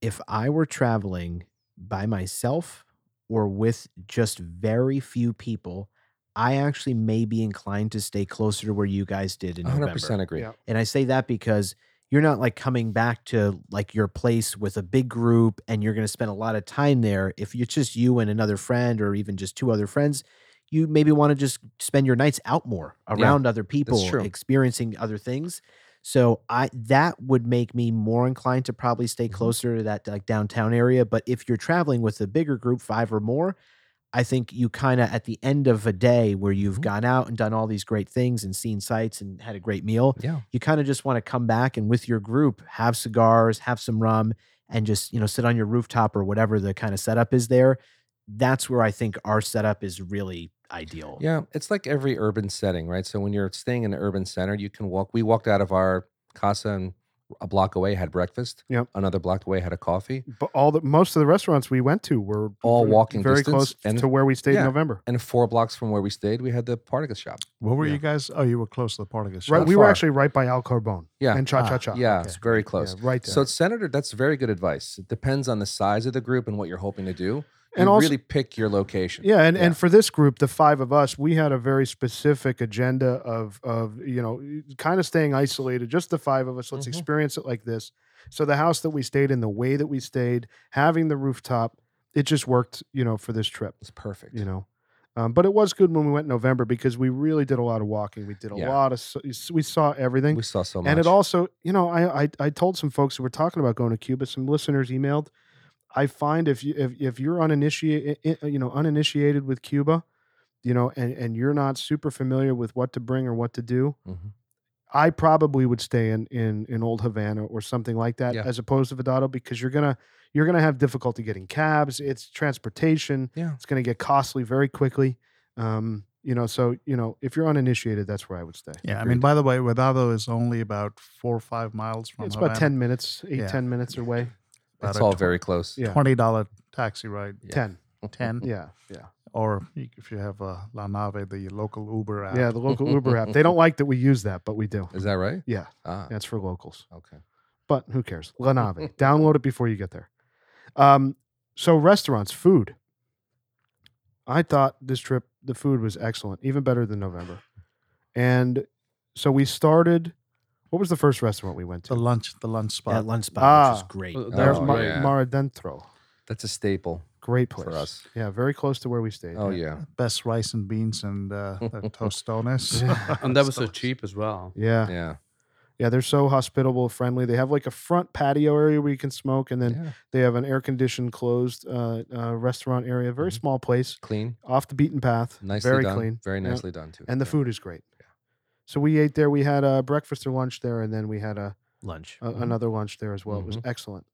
E: If I were traveling by myself or with just very few people, I actually may be inclined to stay closer to where you guys did in
B: hundred
E: November.
B: percent agree.
A: Yeah.
E: And I say that because you're not like coming back to like your place with a big group and you're going to spend a lot of time there. If it's just you and another friend or even just two other friends, you maybe want to just spend your nights out more
B: Yeah,
E: around other people,
B: true.
E: experiencing other things. So I that would make me more inclined to probably stay
B: Mhm.
E: closer to that like downtown area, but if you're traveling with a bigger group, 5 or more, I think you kind of at the end of a day where you've
B: Mhm.
E: gone out and done all these great things and seen sights and had a great meal,
B: Yeah,
E: you kind of just want to come back and with your group have cigars, have some rum, and just you know sit on your rooftop or whatever the kind of setup is there. That's where I think our setup is really ideal.
B: yeah. It's like every urban setting, right? So when you're staying in an urban center, you can walk. We walked out of our casa and a block away had breakfast.
A: Yep.
B: Another block away had a coffee.
A: But all the most of the restaurants we went to were
B: All
A: v-
B: walking
A: very
B: distance
A: close
B: and-
A: to where we stayed
B: yeah.
A: in November.
B: And four blocks from where we stayed, we had the Partagas shop.
F: What were
A: Yeah.
F: you guys? Oh, you were close to the Partagas. shop.
A: Right,
B: not
A: we were
B: far.
A: actually right by Al Carbone
B: Yeah.
A: and Cha Cha Cha.
B: yeah,
F: okay.
B: it's very close.
A: Oh, Yeah, right there.
B: So, Senator, that's very good advice. It depends on the size of the group and what you're hoping to do.
A: And
B: you
A: also-
B: really pick your location.
A: Yeah, and,
B: Yeah.
A: and for this group, the five of us, we had a very specific agenda of of you know kind of staying isolated, just the five of us. Let's
B: Mhm.
A: experience it like this. So the house that we stayed in, the way that we stayed, having the rooftop, it just worked, you know, for this trip.
B: It's perfect.
A: You know, um, but it was good when we went in November because we really did a lot of walking. We did a
B: Yeah.
A: lot of s- we saw everything.
B: we saw so much.
A: And it also, you know, I, I I told some folks who were talking about going to Cuba. Some listeners emailed. I find if you if, if you're uninitiated, you know, uninitiated with Cuba, you know, and and you're not super familiar with what to bring or what to do,
B: Mhm.
A: I probably would stay in in in Old Havana or something like that
B: Yeah.
A: as opposed to Vedado because you're gonna you're gonna have difficulty getting cabs. It's transportation.
B: Yeah.
A: It's gonna get costly very quickly. Um, you know, so you know, if you're uninitiated, that's where I would stay.
F: Yeah, I mean, by the way, Vedado is only about four or five miles from.
A: It's
F: Havana.
A: about ten minutes, eight ten
F: Yeah.
A: minutes away.
F: About
B: It's
F: a
B: all
F: tw-
B: very close.
A: Yeah.
F: twenty dollar taxi ride,
B: Yeah.
A: Ten.
F: ten,
A: Yeah, yeah,
F: or you- if you have a La Nave, the local Uber app.
A: yeah. The local Uber app.
F: [laughs]
A: They don't like that we use that, but we do.
B: Is that right?
A: Yeah,
B: Ah,
A: that's for locals.
B: okay.
A: But who cares?
B: [laughs]
A: Lanave. Download it before you get there. Um, so restaurants, food. I thought this trip the food was excellent, even better than November. And so we started. What was the first restaurant we went
F: the
A: to?
F: lunch, the lunch
E: That
F: spot.
E: lunch spot,
A: Ah.
E: which is great.
C: Uh,
A: There's
B: Oh,
A: Mar-
B: yeah.
A: Maradentro.
B: That's a staple
A: Great place
B: for us.
A: Yeah, very close to where we stayed.
B: Oh yeah.
F: Best rice and beans and uh, the tostones.
C: and that was so cheap as well.
A: Yeah.
B: Yeah. Yeah.
A: Yeah, they're so hospitable, friendly. They have like a front patio area where you can smoke, and then they have an air conditioned, closed uh, uh, restaurant area. Very
B: Mhm.
A: small place,
B: Clean.
A: off the beaten path.
B: Nicely
A: very
B: done.
A: clean,
B: Very
A: yeah.
B: nicely done too.
A: and the
B: Yeah.
A: food is great.
B: Yeah.
A: So we ate there. We had a breakfast or lunch there, and then we had a,
E: lunch.
A: a another lunch there as well. It was excellent.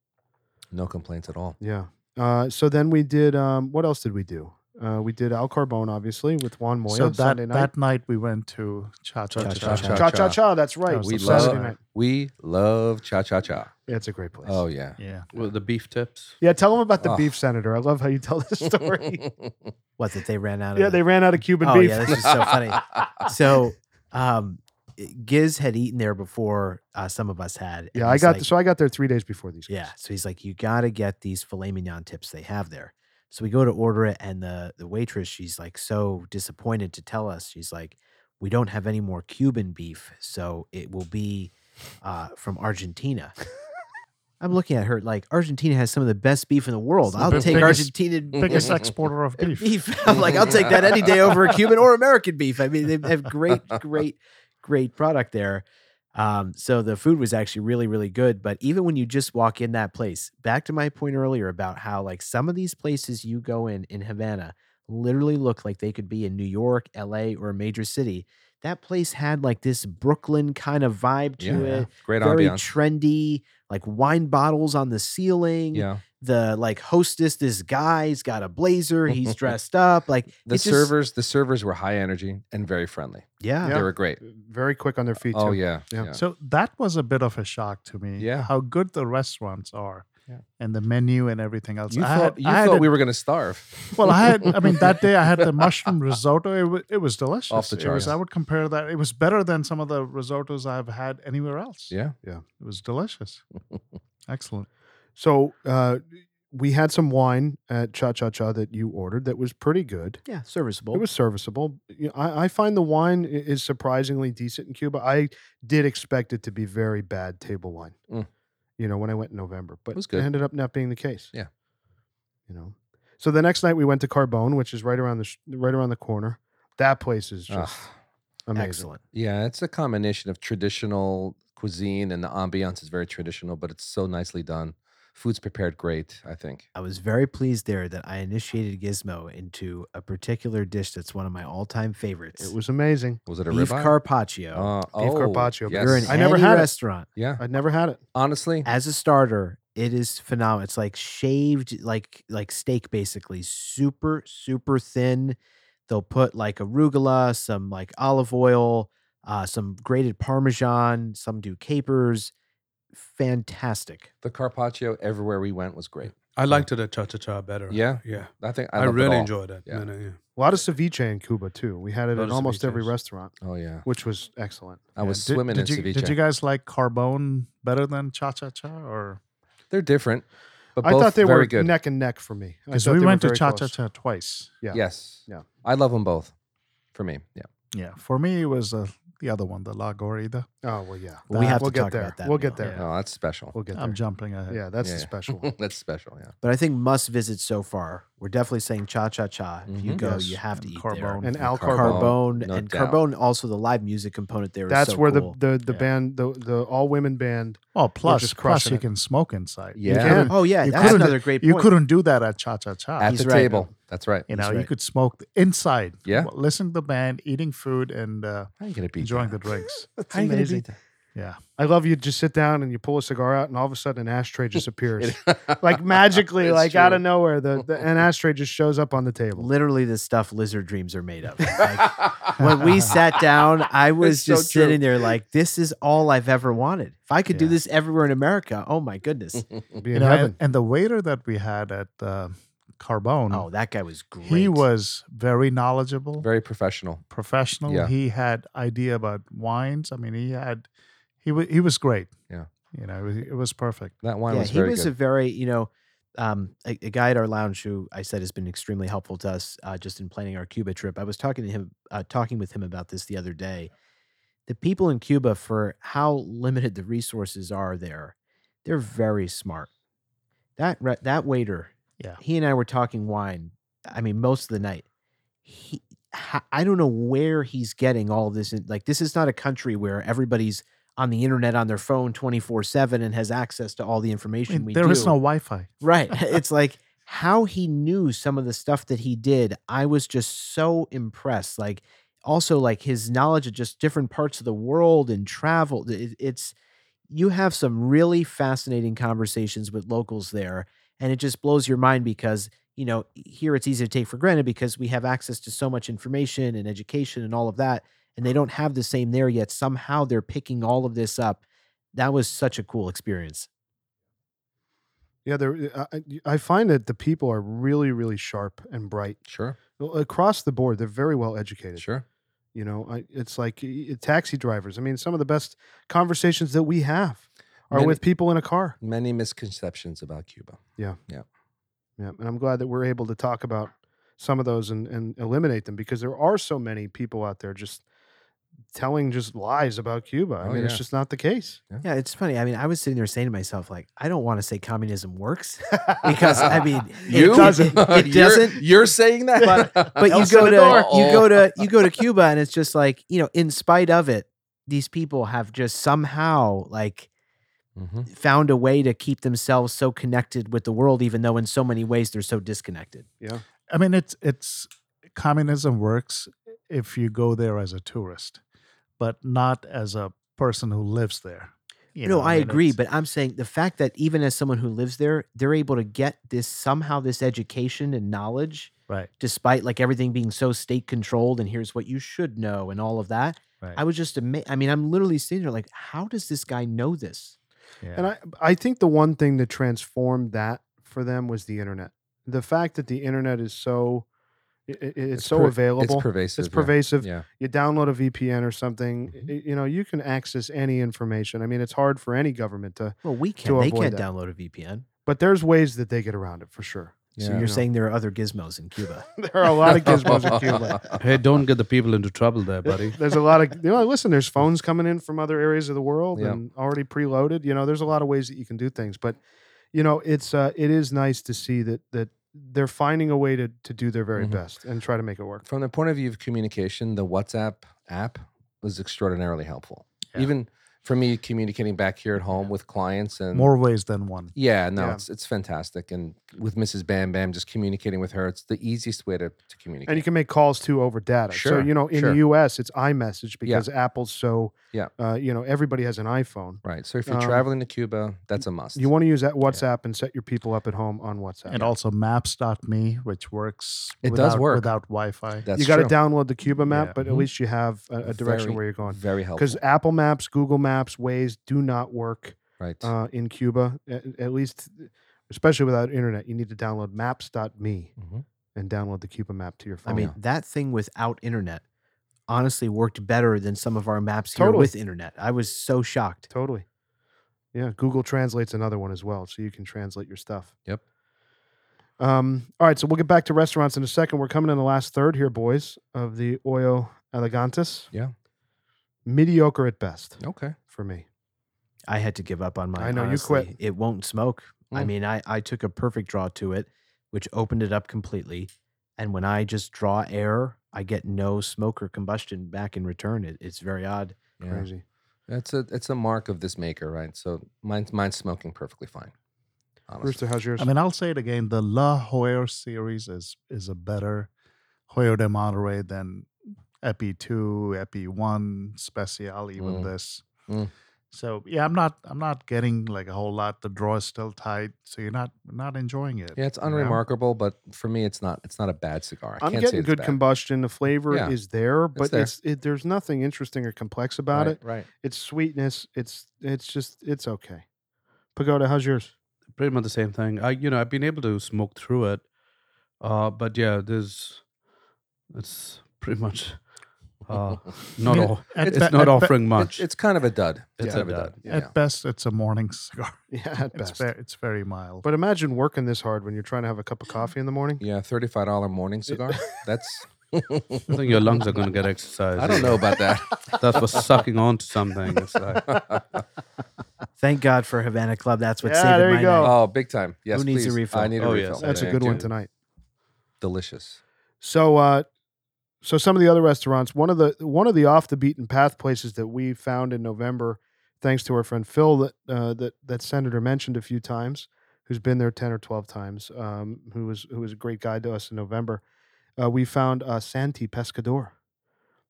B: No complaints at all.
A: Yeah. Uh, so then we did. Um, what else did we do? Uh, we did Al Carbone, obviously, with Juan Moya
F: so that
A: Sunday night.
F: that night we went to Cha Cha
E: Cha-Cha.
F: Cha.
A: cha cha cha. That's
F: That
A: right.
F: was
B: We
F: the
B: love-
A: Saturday
F: Saturday
A: night.
B: We love cha cha cha.
A: Yeah, it's a great place. [laughs]
B: Oh yeah.
F: Yeah,
C: Well, the beef tips.
A: Yeah, tell them about the
B: Oh.
A: beef senator. I love how you tell this story.
B: [laughs]
E: What that they ran out of?
A: [laughs] yeah,
E: the-
A: they ran out of Cuban
E: Oh
A: beef. [laughs]
E: yeah, that's just so funny. so, um, Giz had eaten there before uh, some of us had. and
A: Yeah, I
E: he's
A: got
E: like-
A: so I got there three days before these. Guys.
E: Yeah. So he's like, you got to get these filet mignon tips they have there. So we go to order it, and the the waitress, she's like so disappointed to tell us, she's like, we don't have any more Cuban beef, so it will be uh, from Argentina. I'm looking at her like Argentina has some of the best beef in the world.
F: the
E: I'll
F: big-
E: take
F: biggest-
E: Argentinian
F: biggest exporter of beef.
E: beef. [laughs] I'm like, I'll take that any day over a Cuban or American beef. I mean, they have great,
B: [laughs]
E: great, great product there. Um, so the food was actually really, really good. But even when you just walk in that place, back to my point earlier about how like some of these places you go in in Havana literally look like they could be in New York, LA, or a major city. That place had like this Brooklyn kind of vibe to
B: Yeah.
E: it.
B: [laughs] Great
E: Very
B: ambiance.
E: trendy, like wine bottles on the ceiling
B: Yeah.
E: the like hostess, this guy's got a
A: [laughs]
E: blazer, he's dressed up. Like
B: The
E: it just-
B: servers, the servers were high energy and very friendly.
E: yeah.
B: They
A: Yeah.
B: were great.
A: Very quick on their feet.
B: Oh
A: too.
B: yeah,
A: Yeah.
B: yeah.
F: So that was a bit of a shock to me.
B: Yeah.
F: How good the restaurants are
B: Yeah.
F: and the menu and everything else.
B: You
F: I
B: thought
F: had,
B: you
F: I had
B: thought
F: a-
B: we were going to starve.
F: well, I had, I mean, that day I had the mushroom risotto. It, w- it was delicious.
B: the
F: It was,
B: charts.
F: I would compare that. It was better than some of the risottos I've had anywhere else.
B: [laughs] Yeah.
F: It was
B: [laughs]
F: delicious. Excellent.
A: So uh, we had some wine at Cha Cha Cha that you ordered that was pretty good.
E: Yeah, serviceable.
A: It was serviceable. You know, I, I find the wine i- is surprisingly decent in Cuba. I did expect it to be very bad table wine.
B: Mm.
A: You know, when I went in November, but
B: was good.
A: ended up not being the case.
B: Yeah.
A: You know. So the next night we went to Carbone, which is right around the sh- right around the corner. That place is just
B: Ah.
A: amazing.
E: Excellent.
B: Yeah, it's a combination of traditional cuisine and the ambiance is very traditional, but it's so nicely done. Food's prepared great, I think.
E: I was very pleased there that I initiated Gizmo into a particular dish that's one of my all-time favorites.
A: It was amazing.
B: Was it a
E: beef
B: ribeye?
E: carpaccio.
B: Uh,
A: Beef
B: oh,
A: carpaccio, but
B: Yes.
E: You're in
A: I never
E: any
A: had it.
E: restaurant.
B: yeah.
A: [laughs] I'd never had it.
B: Honestly,
E: As a starter, it is phenomenal. It's like shaved, like like steak, basically, super super thin. They'll put like arugula, some like olive oil, uh, some grated parmesan. Some do capers. Fantastic.
B: the carpaccio everywhere we went was great.
C: I liked it at Cha Cha Cha better.
B: Yeah.
C: Yeah.
B: I think I,
C: I,
B: loved it
C: really
B: all.
C: enjoyed it.
B: Yeah.
C: No, no, yeah.
A: A lot of ceviche in Cuba too. We had it
C: Lot
A: in
C: of
A: almost every
C: ceviches.
A: restaurant,
B: Oh yeah,
A: which was excellent.
B: I was
F: Yeah. Did-
B: swimming
F: did,
B: in
F: you,
B: ceviche.
F: Did you guys like Carbone better than Cha Cha Cha? Or
B: They're different, but
A: I
B: both
A: thought they
B: very
A: were
B: good.
A: neck and neck for me. I
F: because
A: thought
F: we
A: they were
F: went to
A: very
F: Cha Cha
A: close.
F: Cha twice.
A: Yeah.
B: Yes.
A: Yeah.
B: I love them both. For me, yeah.
F: Yeah. For me, it was uh, the other one, the La Gorida.
A: Oh well, yeah.
E: We
A: That-
E: have
A: we'll
E: to
A: get
E: talk
A: there.
E: about that
A: We'll
E: now.
A: get there.
B: Oh, that's special.
A: We'll get
F: I'm
A: there.
F: jumping ahead.
A: Yeah, that's
B: Yeah.
A: the
B: [laughs]
A: special one.
B: that's special. Yeah.
E: But I think must visit so far. We're definitely saying cha cha cha. If you
B: Mhm.
E: go,
F: Yes,
E: you have to
F: and
E: eat there.
F: Carbone.
A: And Al
B: Carbone.
A: Carbone.
E: Carbone
B: no
E: and
B: doubt.
E: Carbone, also the live music component there. is
A: That's
E: so
A: where
E: cool.
A: the the, the
F: Yeah.
A: band the the all women band.
F: Oh, plus,
A: just
F: plus
A: crushing
F: you
A: it.
F: can smoke inside. You
B: Yeah.
F: couldn't-
A: the-
E: oh yeah,
F: you
E: that's
F: couldn't-
E: another great.
F: You
E: point.
F: couldn't do that at Cha Cha Cha.
B: At
E: Ah, He's
B: the
E: right.
B: table. That's right.
F: You know,
E: He's
F: you
E: right.
F: could smoke inside.
B: Yeah.
F: w- Listen to the band, eating food, and uh,
B: How are you gonna beat
F: enjoying the
B: that?
E: [laughs]
F: drinks.
B: How you gonna
A: amazing.
B: beat
F: Yeah.
A: I love you. Just sit down and you pull a cigar out, and all of a sudden an ashtray just appears,
B: that?
A: like magically,
B: It's
A: like out of
B: true.
A: nowhere. The, the an ashtray just shows up on the table.
E: literally the stuff lizard dreams are made of. Like,
B: [laughs]
E: when we sat down, I was
B: so
E: just
B: true.
E: sitting there like, this is all I've ever wanted. If I could do
F: Yeah.
E: this everywhere in America, oh my goodness.
B: Mm-hmm.
A: Be
F: You
A: in
F: know, and,
A: heaven.
F: and the waiter that we had at uh, Carbone,
E: Oh, that guy was great.
F: he was very knowledgeable,
B: Very professional.
F: professional.
B: Yeah.
F: He had idea about wines. I mean, he had, he was he was great.
B: Yeah.
F: You know, it was, it was perfect.
B: That wine
E: yeah,
B: was
E: he
B: very
E: was a
B: good.
E: very, you know, um, a, a guy at our lounge who I said has been extremely helpful to us uh, just in planning our Cuba trip. I was talking to him, uh, talking with him about this the other day. The people in Cuba, for how limited the resources are there, they're very smart. That re- that waiter,
F: Yeah.
E: he and I were talking wine. I mean, most of the night. He, ho- I don't know where he's getting all this. in- Like, this is not a country where everybody's on the internet on their phone 24 7 and has access to all the
F: I
E: information
F: mean,
E: we
F: there
E: do.
F: is no Wi-Fi.
E: right [laughs] it's like how he knew some of the stuff that he did i was just so impressed like also like his knowledge of just different parts of the world and travel it- it's you have some really fascinating conversations with locals there and it just blows your mind because you know here it's easy to take for granted because we have access to so much information and education and all of that and they don't have the same there yet somehow they're picking all of this up that was such a cool experience
A: Yeah, there. uh, I, I- I find that the people are really, really sharp and bright
B: Sure,
A: across the board. They're very well educated.
B: sure.
A: You know, I, it's like y- y- taxi drivers. I mean, some of the best conversations that we have are
B: Many-
A: with people in a car.
B: Many misconceptions about Cuba.
A: Yeah, and I'm glad that we're able to talk about some of those and, and eliminate them because there are so many people out there just telling just lies about Cuba. I
B: Oh,
A: mean, it's
B: yeah.
A: just not the case.
E: Yeah, it's funny. I mean, I was sitting there saying to myself, like, I don't want to say communism works [laughs] because I mean,
B: You [laughs]
E: it doesn't. It,
B: You're-
E: doesn't.
B: You're, saying that,
E: but you
B: Elsa
E: go to
B: Nador.
E: you go to you go to Cuba, and it's just like you know, in spite of it, these people have just somehow like
B: Mhm.
E: found a way to keep themselves so connected with the world, even though in so many ways they're so disconnected.
F: I mean, it's it's communism works if you go there as a tourist, but not as a person who lives there. you
E: no,
F: know,
E: I
F: mean,
E: agree,
F: it's-
E: but I'm saying the fact that even as someone who lives there, they're able to get this somehow this education and knowledge,
F: right,
E: despite like everything being so state controlled and here's what you should know and all of that.
F: right.
E: I was just amazed. I mean, I'm literally sitting there like, how does this guy know this?
F: yeah.
A: And I, I think the one thing that transformed that for them was the internet. The fact that the internet is so, it, it- it's, so
B: per-
A: available.
B: Mm-hmm. It's pervasive.
A: It's pervasive.
B: Yeah. Mm-hmm.
A: You download a VPN or something. y- You know, you can access any information. I mean, it's hard for any government to,
E: Well, we
A: To
E: can't. They
A: avoid
E: can't
A: that.
E: download a VPN.
A: but there's ways that they get around it for sure. [laughs]
B: yeah.
E: So
B: yeah.
E: you're
A: You know.
E: saying there are other gizmos in Cuba?
A: There are a lot of gizmos in
B: [laughs]
A: Cuba.
C: hey, don't get the people into trouble there, buddy.
A: There's a lot of you know, listen. There's phones coming in from other areas of the world
B: Yeah.
A: and already preloaded. You know, there's a lot of ways that you can do things, but you know, it's uh, it is nice to see that that they're finding a way to to do their very
B: Mhm.
A: best and try to make it work.
B: From the point of view of communication, the WhatsApp app was extraordinarily helpful.
F: Yeah.
B: Even for me communicating back here at home with clients and
F: More ways than one.
B: Yeah, no,
A: Yeah.
B: it's it's fantastic. And with Mrs. Bam Bam, just communicating with her, it's the easiest way to, to communicate.
A: And you can make calls too over data.
B: Sure,
A: So you know, in
B: sure.
A: the U.S., it's iMessage because Apple's so
B: Yeah.
A: Uh, you know, everybody has an iPhone.
B: right. So if you're
A: um,
B: traveling to Cuba, that's a must.
A: You want to use that WhatsApp and set your people up at home on WhatsApp.
F: And also maps.me, which works
B: It does
F: without,
B: work.
F: without Wi Fi.
B: that's
A: you got to
B: true.
A: download the Cuba map,
F: Yeah.
A: but at
B: Mhm.
A: least you have a, a direction
B: Very-
A: where you're going.
B: Very helpful.
A: Because Apple Maps, Google Maps, Waze do not work
B: Right.
A: uh, in Cuba, at, at least, especially without internet. You need to download maps.me
B: Mhm.
A: and download the Cuba map to your
E: I
A: phone.
E: mean,
B: yeah.
E: that thing without internet honestly worked better than some of our maps here
A: Totally.
E: with internet. I was so shocked.
A: totally. Yeah, Google translates another one as well, so you can translate your stuff.
B: Yep.
A: Um, all right, so we'll get back to restaurants in a second. We're coming in the last third here, boys, of the Oyo Elegantis.
B: Yeah.
A: Mediocre at best
B: Okay.
A: for me.
E: I had to give up on mine.
A: I know, you
E: honestly.
A: quit.
E: It won't smoke. I
B: Mm.
E: mean, I, I took a perfect draw to it, which opened it up completely. And when I just draw air, I get no smoke or combustion back in return. It, it's very odd.
B: Yeah.
A: Crazy.
B: That's a it's a mark of this maker, right? So mine's mine's smoking perfectly fine. Honestly.
A: Rooster, how's yours?
F: I mean, I'll say it again. The La Jolla series is is a better Hoyo de Monterey than Epi Two, Epi One, Special, even
B: Mm.
F: this.
B: Mm.
F: So yeah, I'm not I'm not getting like a whole lot. The draw is still tight, so you're not not enjoying it.
B: Yeah, it's
F: you know?
B: unremarkable, but for me, it's not it's not a bad cigar. I
A: I'm
B: can't say
A: getting
B: it's
A: good
B: bad.
A: combustion. The flavor
B: Yeah.
A: is there, but it's,
B: there.
A: it, there's nothing interesting or complex about
B: right,
A: it.
B: Right.
A: It's sweetness. It's it's just it's okay. Pagoda, how's yours?
C: pretty much the same thing. I you know I've been able to smoke through it, uh, but yeah, there's it's pretty much uh,
B: [laughs]
C: not
F: Yeah.
C: all.
F: At
C: It's
F: be- at
C: not
F: be-
C: offering much.
B: It's, it's kind of a dud.
C: It's
B: kind
C: a
B: of a dud.
C: dud.
B: Yeah.
F: At best, it's a morning [laughs] cigar.
A: Yeah, at
F: It's
A: best.
F: very, it's very mild.
A: But imagine working this hard when you're trying to have a cup of coffee in the morning.
B: Yeah, thirty five dollar morning
A: [laughs]
B: cigar. That's
C: I think your lungs are going to get exercised.
B: [laughs] I don't know
A: [laughs]
B: about that.
A: Oh.
C: That's for sucking onto something. It's like
E: Thank God for Havana Club. That's what
A: Yeah,
E: saved
A: there you
E: my
A: go.
E: night.
B: Oh, big time. Yes,
E: needs a
B: please. I
E: refill?
B: need a
C: Oh,
B: refill.
C: yes,
A: That's a
C: Yeah,
A: good one
C: dude.
A: tonight.
B: Delicious.
A: So, uh, so some of the other restaurants, one of the one of the off the beaten path places that we found in November, thanks to our friend Phil that uh, that that Senator mentioned a few times, who's been there ten or twelve times, um, who was who was a great guide to us in November. Uh, we found uh, Santi Pescador,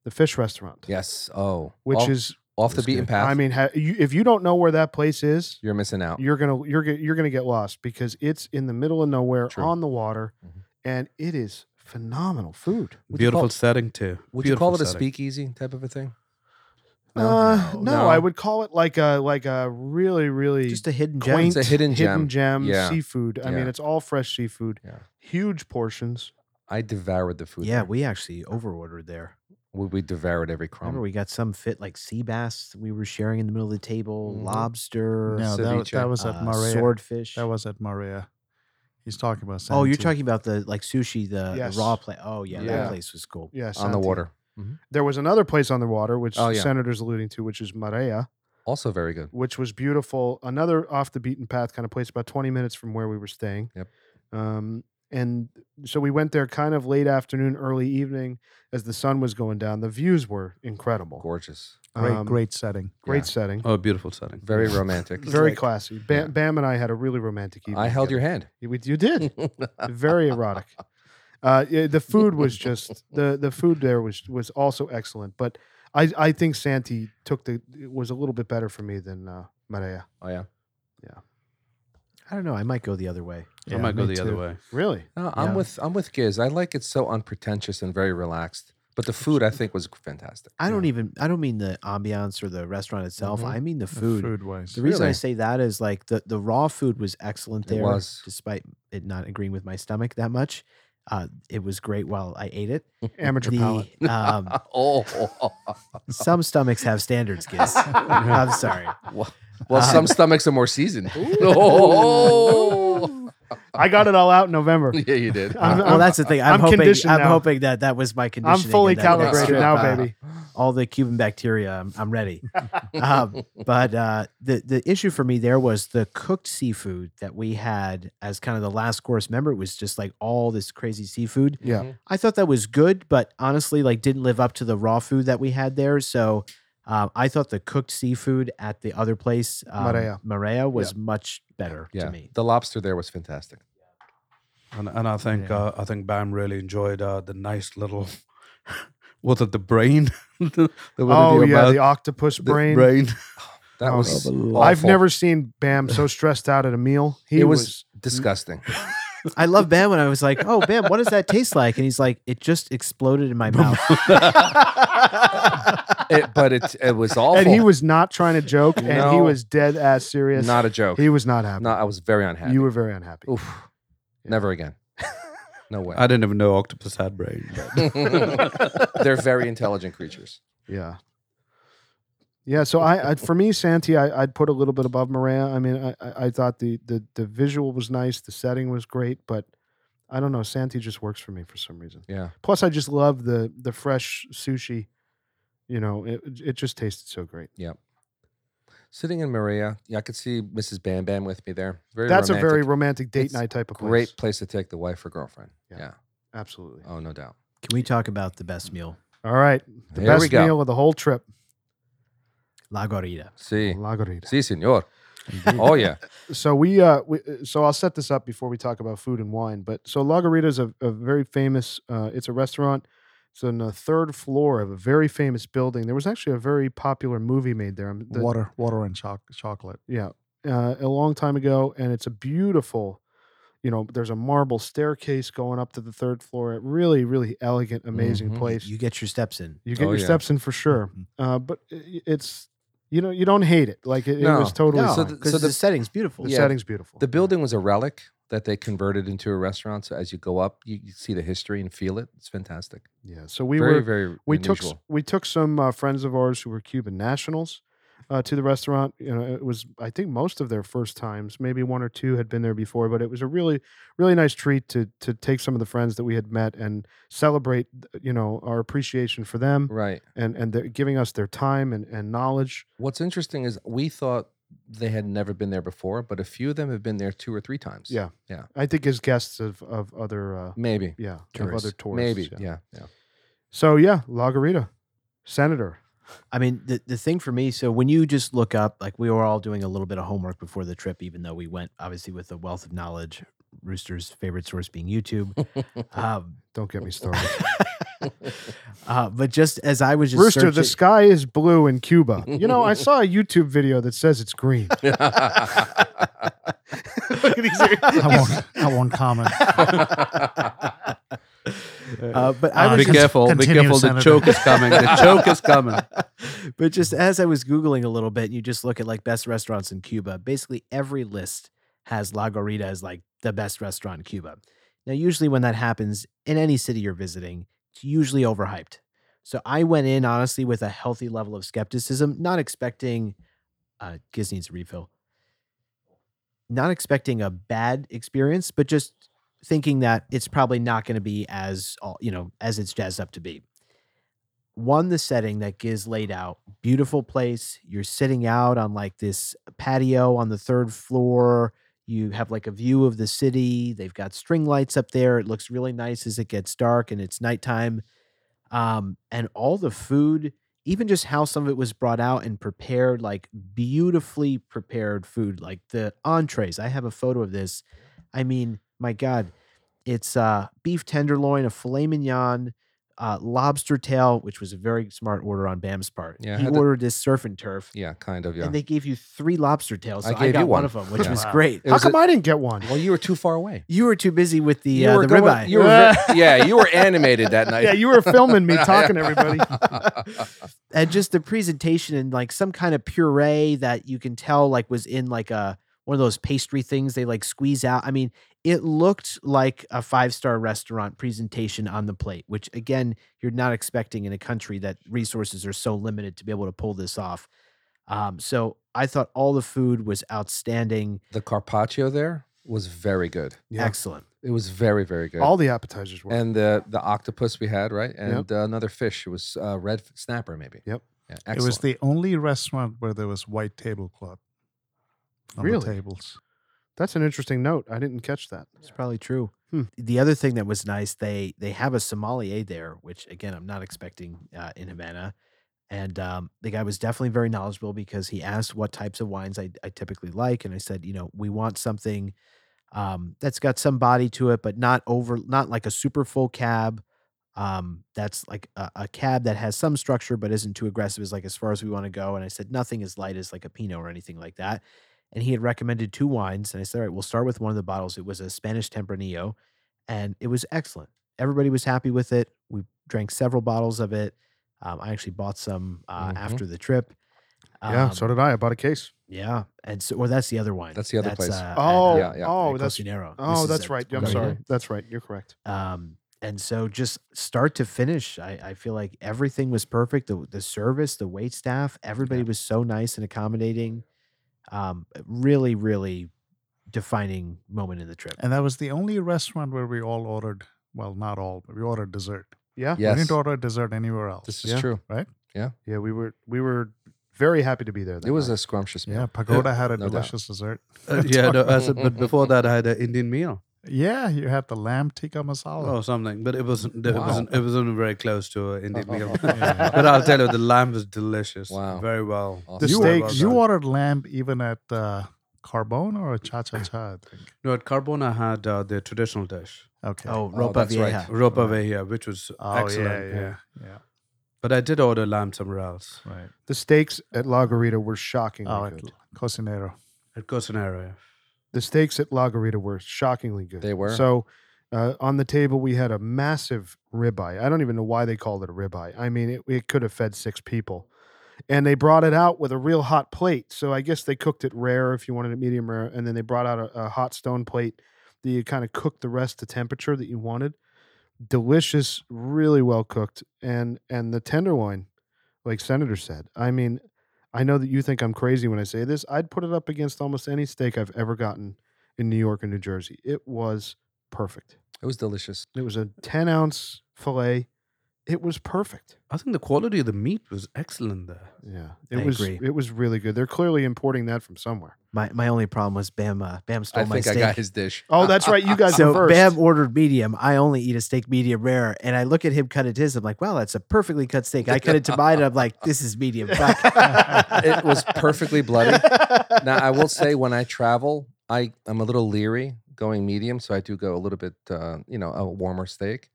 A: the fish restaurant,
B: Yes. Oh,
A: which
B: off,
A: is
B: off the
C: that's
B: beaten
C: good.
B: path.
A: I mean, ha- you, if you don't know where that place is,
B: you're missing out.
A: you're gonna you're gonna you're gonna get lost because it's in the middle of nowhere
B: True.
A: on the water,
B: Mhm.
A: and it is phenomenal food.
B: Would you
C: beautiful
B: call-
C: setting too.
B: Would you
C: beautiful
B: call it a
C: setting.
B: speakeasy type of a thing?
A: uh, no,
B: No.
A: I
B: No.
A: would call it like a like a really really
E: Just a hidden gem.
A: quaint
B: It's a hidden
A: hidden gem,
B: gem. Yeah.
A: seafood. I mean,
B: Yeah.
A: it's all fresh seafood,
B: Yeah.
A: huge portions.
B: I devoured the food.
E: Yeah,
B: there.
E: we actually overordered there.
B: we, we devoured every crumb.
E: Remember, we got some fit like sea bass we were sharing in the middle of the table,
B: Mhm.
A: Mm-hmm.
E: lobster,
F: no, that,
B: ceviche,
F: that was at
E: uh,
F: Maria.
E: swordfish.
F: That was at Maria. He's talking about.
E: oh, you're
F: Santi.
E: talking about the like sushi, the, the
A: Yes.
E: raw place. Oh, yeah,
A: Yeah.
E: that place was cool.
A: Yeah,
B: on the
A: Santi.
B: water.
A: There was another place on the water, which
B: Oh, yeah.
A: Senator's alluding to, which is Marea,
B: Also very good.
A: which was beautiful. Another off the beaten path kind of place, about 20 minutes from where we were staying.
B: Yep.
A: Um, and so we went there kind of late afternoon, early evening as the sun was going down. The views were incredible.
B: Gorgeous.
F: Great,
A: Um,
F: great setting.
A: great
B: Yeah.
A: setting.
C: Oh, beautiful setting. [laughs]
B: Very romantic.
A: Very
B: Like,
A: classy. Bam,
B: yeah.
A: Bam and I had a really romantic evening.
B: I held your
A: together.
B: hand.
A: You, you did.
B: [laughs]
A: Very erotic. Uh, yeah, the food was just the the food there was was also excellent, but I I think Santi took the it was a little bit better for me than uh, Maria.
B: Oh yeah.
E: I don't know. I might go the other way.
C: I might go
A: me
C: the other
A: too.
C: way.
A: Really?
B: No, I'm
E: Yeah.
B: with I'm with Giz. I like it so unpretentious and very relaxed. But the food I think was fantastic.
E: I
A: e
E: don't even. I don't mean the ambiance or the restaurant itself.
A: Mm-hmm.
B: Mhm.
E: I mean the food.
F: Food wise.
E: The reason I
B: Really?
E: say that is like the the raw food was excellent
B: It
E: there,
B: was.
E: despite it not agreeing with my stomach that much. Uh, it was great while I ate it.
A: Amateur
E: The,
A: palate.
E: [laughs] um,
B: [laughs]
A: [laughs]
B: oh, [laughs]
E: some stomachs have standards, kids. I'm sorry.
B: well, some
E: Uh,
B: stomachs are
A: [laughs]
B: more seasoned. [laughs] Oh,
A: I got it all out in November.
B: yeah, you did. Uh,
A: I'm-
E: well, that's the thing. I'm,
A: I'm
E: hoping.
A: conditioned
E: I'm
A: now.
E: hoping that that was my
A: I'm
E: conditioning. and
A: fully
E: that would
A: calibrated
E: strip
A: now,
E: out
A: baby.
E: All the Cuban bacteria. I'm, I'm ready. um, but uh, the the issue for me there was the cooked seafood that we had as kind of the last course. Remember, it was just like all this crazy seafood.
A: Yeah.
B: Mhm.
E: I thought that was good, but honestly, like didn't live up to the raw food that we had there. So um, I thought the cooked seafood at the other place, um,
A: Marea.
E: Marea, was much better
B: Yeah,
E: to
B: [laughs]
E: me.
B: the lobster there was fantastic.
C: And, and I think uh, I think Bam really enjoyed uh, the nice little [laughs] was it the brain? [laughs] the, the- what
A: Oh
C: did you
A: yeah,
C: about-
A: the octopus
C: the
A: brain.
B: That
A: Oh,
B: was.
A: I've
B: awful.
A: never seen Bam so stressed out at a meal. He
B: It was,
A: was
B: disgusting.
E: I love Bam when I was like, "Oh, Bam, what does that taste like?" And he's like, "It just exploded in my mouth."
B: It- but it it was
A: [laughs]
B: awful.
A: And he was not trying to joke, and he
B: No.
A: was dead ass serious.
B: not a joke.
A: he was not happy.
B: no, I was very unhappy.
A: you were very unhappy.
B: Oof. Never again. [laughs] No way.
C: [laughs] I didn't even know octopus had brain. but-
B: [laughs] They're very intelligent creatures.
A: Yeah. Yeah. So I, I for me, Santi, I, I'd put a little bit above Maria. I mean, I, I I thought the, the the visual was nice, the setting was great, but I don't know. Santi just works for me for some reason.
B: Yeah.
A: Plus, I just love the the fresh sushi. You know, it it just tasted so great.
B: Sitting in Maria, yeah, I could see Mrs. Bam Bam with me there. Very
A: That's a very
B: romantic.
A: romantic date
B: It's
A: night type of place.
B: great place to take the wife or girlfriend.
A: Yeah.
B: Yeah.
A: absolutely.
B: Oh, no doubt.
E: Can we talk about the best meal,
A: All right, the
B: Here we
A: best
B: go.
A: meal of the whole trip,
E: La Gorita?
B: See,
A: La Gorita.
B: si, senor. Oh yeah.
A: so we uh we, uh, so i'll set this up before we talk about food and wine but so la Garita is a, a very famous uh it's a restaurant it's on the third floor of a very famous building there was actually a very popular movie made there I'm- the-
F: water, water and choc- chocolate.
A: yeah uh, a long time ago and it's a beautiful you know there's a marble staircase going up to the third floor a really really elegant amazing
B: Mhm.
A: place
E: You get your steps in.
A: you get
B: Oh,
A: your
B: yeah.
A: steps in for sure
F: Mm-hmm.
A: uh but i- i- it's you know you don't hate it like it, it
B: No.
A: was totally
B: No. So
A: fine.
B: th-
E: Because
B: so
E: the,
B: the-
E: setting's beautiful.
A: the
B: yeah,
A: setting's beautiful
B: The building was a relic that they converted into a restaurant. So as you go up, you, you see the history and feel it. It's fantastic.
A: yeah so we
B: very,
A: were
B: very
A: we took
B: unusual.
A: s- we took some uh, friends of ours who were Cuban nationals uh, to the restaurant. You know, it was I think most of their first times. Maybe one or two had been there before, but it was a really really nice treat to to take some of the friends that we had met and celebrate. uh, You know, our appreciation for them
B: right.
A: and and they're giving us their time and and knowledge.
B: What's interesting is we thought they had never been there before, but a few of them have been there two or three times.
A: Yeah. I think as guests of of other uh,
B: Maybe.
A: yeah
B: Tourists.
A: of other tourists.
B: Maybe.
A: yeah.
B: Yeah. Yeah.
A: So yeah, La Garita, Senator.
E: I mean, the, the thing for me, so when you just look up, like we were all doing a little bit of homework before the trip, even though we went obviously with a wealth of knowledge, Rooster's favorite source being YouTube. um,
A: Don't get me started.
E: uh, but just as I was just
A: Rooster, the
E: searching-
A: sky is blue in Cuba. You know, I saw a YouTube video that says it's green. [laughs]
B: [laughs]
F: I won't, I won't comment.
E: uh, but I
F: Uh,
E: was
C: be
E: just-
C: careful!
F: continue,
C: be careful!
F: Senator.
C: The choke is coming. [laughs] The choke is coming.
E: [laughs] but just as I was Googling a little bit, you just look at like best restaurants in Cuba. Basically, every list has La Gorita as like the best restaurant in Cuba. Now, usually when that happens in any city you're visiting, it's usually overhyped. So I went in honestly with a healthy level of skepticism, not expecting. Uh, Giz needs a refill. Not expecting a bad experience, but just thinking that it's probably not going to be as all you know as it's jazzed up to be one the setting that giz laid out beautiful place you're sitting out on like this patio on the third floor you have like a view of the city they've got string lights up there it looks really nice as it gets dark and it's nighttime um, and all the food even just how some of it was brought out and prepared like beautifully prepared food like the entrees i have a photo of this i mean my god it's uh beef tenderloin a filet mignon uh, lobster tail, which was a very smart order on Bam's part.
B: Yeah, I
E: he
B: had to-
E: ordered this surf and turf,
B: [laughs] Yeah, kind of. Yeah.
E: and they gave you three lobster tails.
B: I
E: So I,
B: gave you
E: got
B: one.
E: of
B: [laughs]
E: them, which
B: Yeah.
E: was
F: Wow.
E: great.
B: It
A: How
B: was
A: come
B: a-
A: I I didn't get one?
B: well, you were too far away.
E: You were too busy with the
B: You
E: uh,
B: were
E: the
B: going-
E: ribeye.
B: You were,
A: [laughs]
B: ve- yeah, you were animated that
A: [laughs]
B: night.
A: yeah, you were filming me talking to
F: [laughs]
A: everybody.
E: [laughs] and just the presentation and like some kind of puree that you can tell like was in like a one of those pastry things they like squeeze out. I mean, it looked like a five star restaurant presentation on the plate, which again, you're not expecting in a country that resources are so limited to be able to pull this off. Um, so I thought all the food was outstanding,
B: the carpaccio there was very good.
E: excellent.
B: It was very, very good.
A: All the appetizers were.
B: and the the octopus we had, right? And uh, another fish. It was uh, red f- snapper, maybe.
A: Yep.
B: Yeah,
F: It was
B: excellent.
F: the only restaurant where there was white tablecloth on
A: Really?
F: the tables.
A: That's an interesting note. I didn't catch that.
E: It's probably true.
A: Hmm.
E: The other thing that was nice, they they have a sommelier there, which again I'm not expecting uh, in Havana, and um, the guy was definitely very knowledgeable because he asked what types of wines I, I typically like, and I said, you know, we want something um, that's got some body to it, but not over, not like a super full cab. Um, that's like a, a cab that has some structure but isn't too aggressive. Is like as far as we want to go, and I said nothing as light as like a Pinot or anything like that and he had recommended two wines. And I said, all right, we'll start with one of the bottles. It was a Spanish Tempranillo, and it was excellent. Everybody was happy with it. We drank several bottles of it. Um, I actually bought some uh,
B: Mhm.
E: after the trip.
A: yeah, so
E: Um,
A: did I. I bought a case.
E: Yeah, and so well, that's the other wine.
B: That's the other place.
E: at, uh,
A: Oh,
B: yeah, Mm-hmm. yeah.
A: oh,
E: at
A: that's
E: Cocinero. This
A: oh,
E: is
A: that's
E: at
A: right. I'm
E: Cocinero.
A: sorry. That's right. You're correct.
E: Um, and so just start to finish, I, I feel like everything was perfect. The, the service, the wait staff, everybody was so nice and accommodating. Um, really, really defining moment in the trip.
F: And that was the only restaurant where we all ordered, well, not all, but we ordered dessert.
A: Yeah,
F: We
B: yes,
F: didn't order dessert anywhere else.
B: this is
A: Yeah.
B: true.
A: yeah. We were we were very happy to be there. That
B: It was
A: night.
B: a scrumptious meal.
F: yeah, Pagoda [laughs] had a
B: no doubt.
F: delicious dessert.
C: Uh, yeah, no, I said, but before that, I had an Indian meal
F: Yeah, you had the lamb tikka masala.
A: Oh,
C: or something, but it wasn't. It
B: Oh. Wow.
C: wasn't. It wasn't very close
B: [laughs]
C: to an Indian meal. but I'll tell you, the lamb was delicious.
B: Wow.
C: very well.
B: Awesome.
A: The
F: you,
C: were well
A: steaks-
F: you
C: done.
F: ordered lamb even at uh, Carbone or Cha Cha Cha, I think.
C: No, at Carbona had uh, the traditional dish,
F: Okay.
E: Oh,
B: Oh,
E: Ropa
B: that's right.
E: Vieja.
C: ropa vejia, which was
F: Oh,
C: excellent.
F: yeah, yeah, yeah.
C: But I did order lamb somewhere else
F: Right.
A: the steaks at La Garita were shockingly
F: Oh,
A: good.
F: at Cocinero.
C: at Cocinero.
A: The steaks at La Garita were shockingly good.
B: They were?
A: So uh, on the table, we had a massive ribeye. I don't even know why they called it a ribeye. I mean, it, it could have fed six people. And they brought it out with a real hot plate. So I guess they cooked it rare if you wanted it medium rare. And then they brought out a, a hot stone plate that you kind of cooked the rest to temperature that you wanted. Delicious, really well cooked. And and the tenderloin, like Senator said, I mean, I know that you think I'm crazy when I say this. I'd put it up against almost any steak I've ever gotten in New York or New Jersey. It was perfect.
B: It was delicious.
A: It was a 10 ounce filet. It was perfect.
C: I think the quality of the meat was excellent there.
A: Yeah, it
E: I
A: was.
E: agree.
A: It was really good. They're clearly importing that from somewhere.
E: My my only problem was Bam uh, Bam stole
B: I
E: my
B: think I
E: steak.
B: got his dish.
A: Oh, that's right.
B: uh, [laughs]
A: You guys
E: [laughs] so
A: were first.
E: Bam ordered medium. I only eat a steak medium rare, and I look at him cut it his. I'm like, wow, that's a perfectly cut steak. I cut it to mine, and I'm like, this is
B: [laughs]
E: medium. Fuck. [laughs]
B: it was perfectly bloody. Now I will say, when I travel, I I'm a little leery going medium, so I do go a little bit, uh, you know, a warmer steak.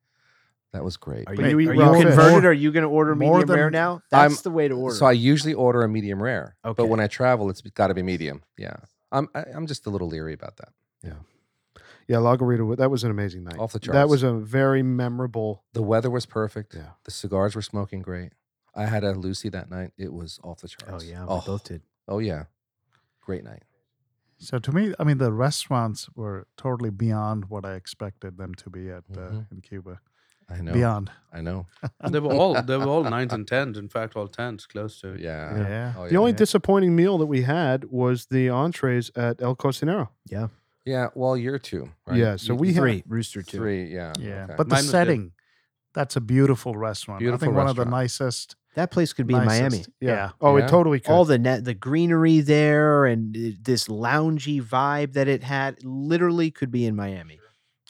B: That was great.
E: Are
A: But
E: you,
A: you eat
E: are
A: raw
E: you
A: fish.
E: converted?
A: More-
E: Are you going to order
F: more
E: medium rare
F: than-
E: now?
B: I'm-
E: That's the way to order.
B: So I usually order a medium rare,
E: Okay.
B: but when I travel, it's got to be medium. Yeah, I'm I, I'm just a little leery about that.
A: yeah, La Garita. wa- That was an amazing night.
B: Off the
A: That
B: charts.
A: was a very memorable.
B: The weather was perfect.
A: Yeah.
B: The cigars were smoking great. I had a Lucy that night. It was off the
E: oh
B: charts.
E: yeah, we
B: Oh,
E: both did.
B: oh, yeah. Great night.
F: So to me, I mean, the restaurants were totally beyond what I expected them to be at uh,
A: Mm-hmm.
B: Mhm.
F: in Cuba.
B: I know.
F: Beyond,
A: Ah,
B: I know.
C: They were all they were all nines and tens. In fact, all tens close to.
B: Yeah.
F: yeah.
B: Oh, yeah.
A: The only disappointing meal that we had was the entrees at El Cocinero.
B: yeah. Well, you're two. Right?
A: Yeah, so
B: You-
A: we had-
E: Three rooster two.
B: three. Yeah.
F: Yeah,
B: okay.
F: but the
C: Mine was good.
F: setting. That's a beautiful restaurant. I
B: Beautiful
F: think one of
B: restaurant.
F: the nicest.
E: That place could be in
F: nicest-
E: Miami.
A: Yeah.
F: Yeah.
A: Oh,
B: Yeah.
A: it totally could.
E: all the net the greenery there and uh, this loungy vibe that it had literally could be in Miami.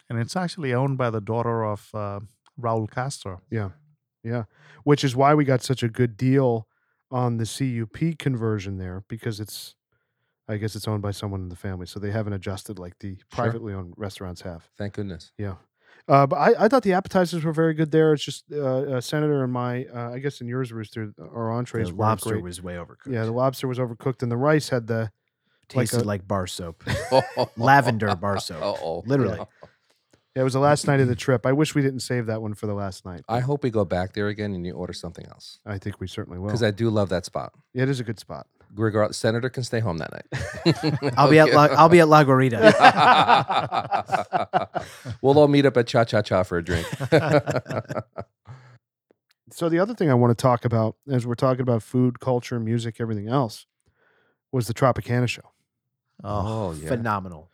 F: And it's actually owned by the daughter of uh, Raul Castro.
A: which is why we got such a good deal on the CUP conversion there because it's, I guess it's owned by someone in the family, so they haven't adjusted like the privately owned restaurants have.
B: Thank goodness.
A: Uh, but I, I thought the appetizers were very good there. It's just uh, uh, Senator and my, uh, I guess in yours, Rooster, our
E: The
A: entrees were
E: lobster
A: great.
E: was way overcooked.
A: yeah, the lobster was overcooked, and the rice had the
E: tasted
A: a-
E: like, bar soap. [laughs]
B: [laughs]
E: Lavender bar soap.
B: Uh-oh.
E: Literally.
A: Yeah, it was the last night of the trip. I wish we didn't save that one for the last night.
B: [laughs] I hope we go back there again and you order something else
A: I think we certainly will.
B: because I do love that spot.
A: Yeah, it is a good spot.
B: Regardless, Senator can stay home that night.
E: [laughs] I'll be at La, I'll be at La Guarita.
B: [laughs] we'll all meet up at Cha Cha Cha for a
E: [laughs]
B: drink.
A: So the other thing I want to talk about, as we're talking about food, culture, music, everything else, was the Tropicana show.
B: oh, yeah.
E: Phenomenal.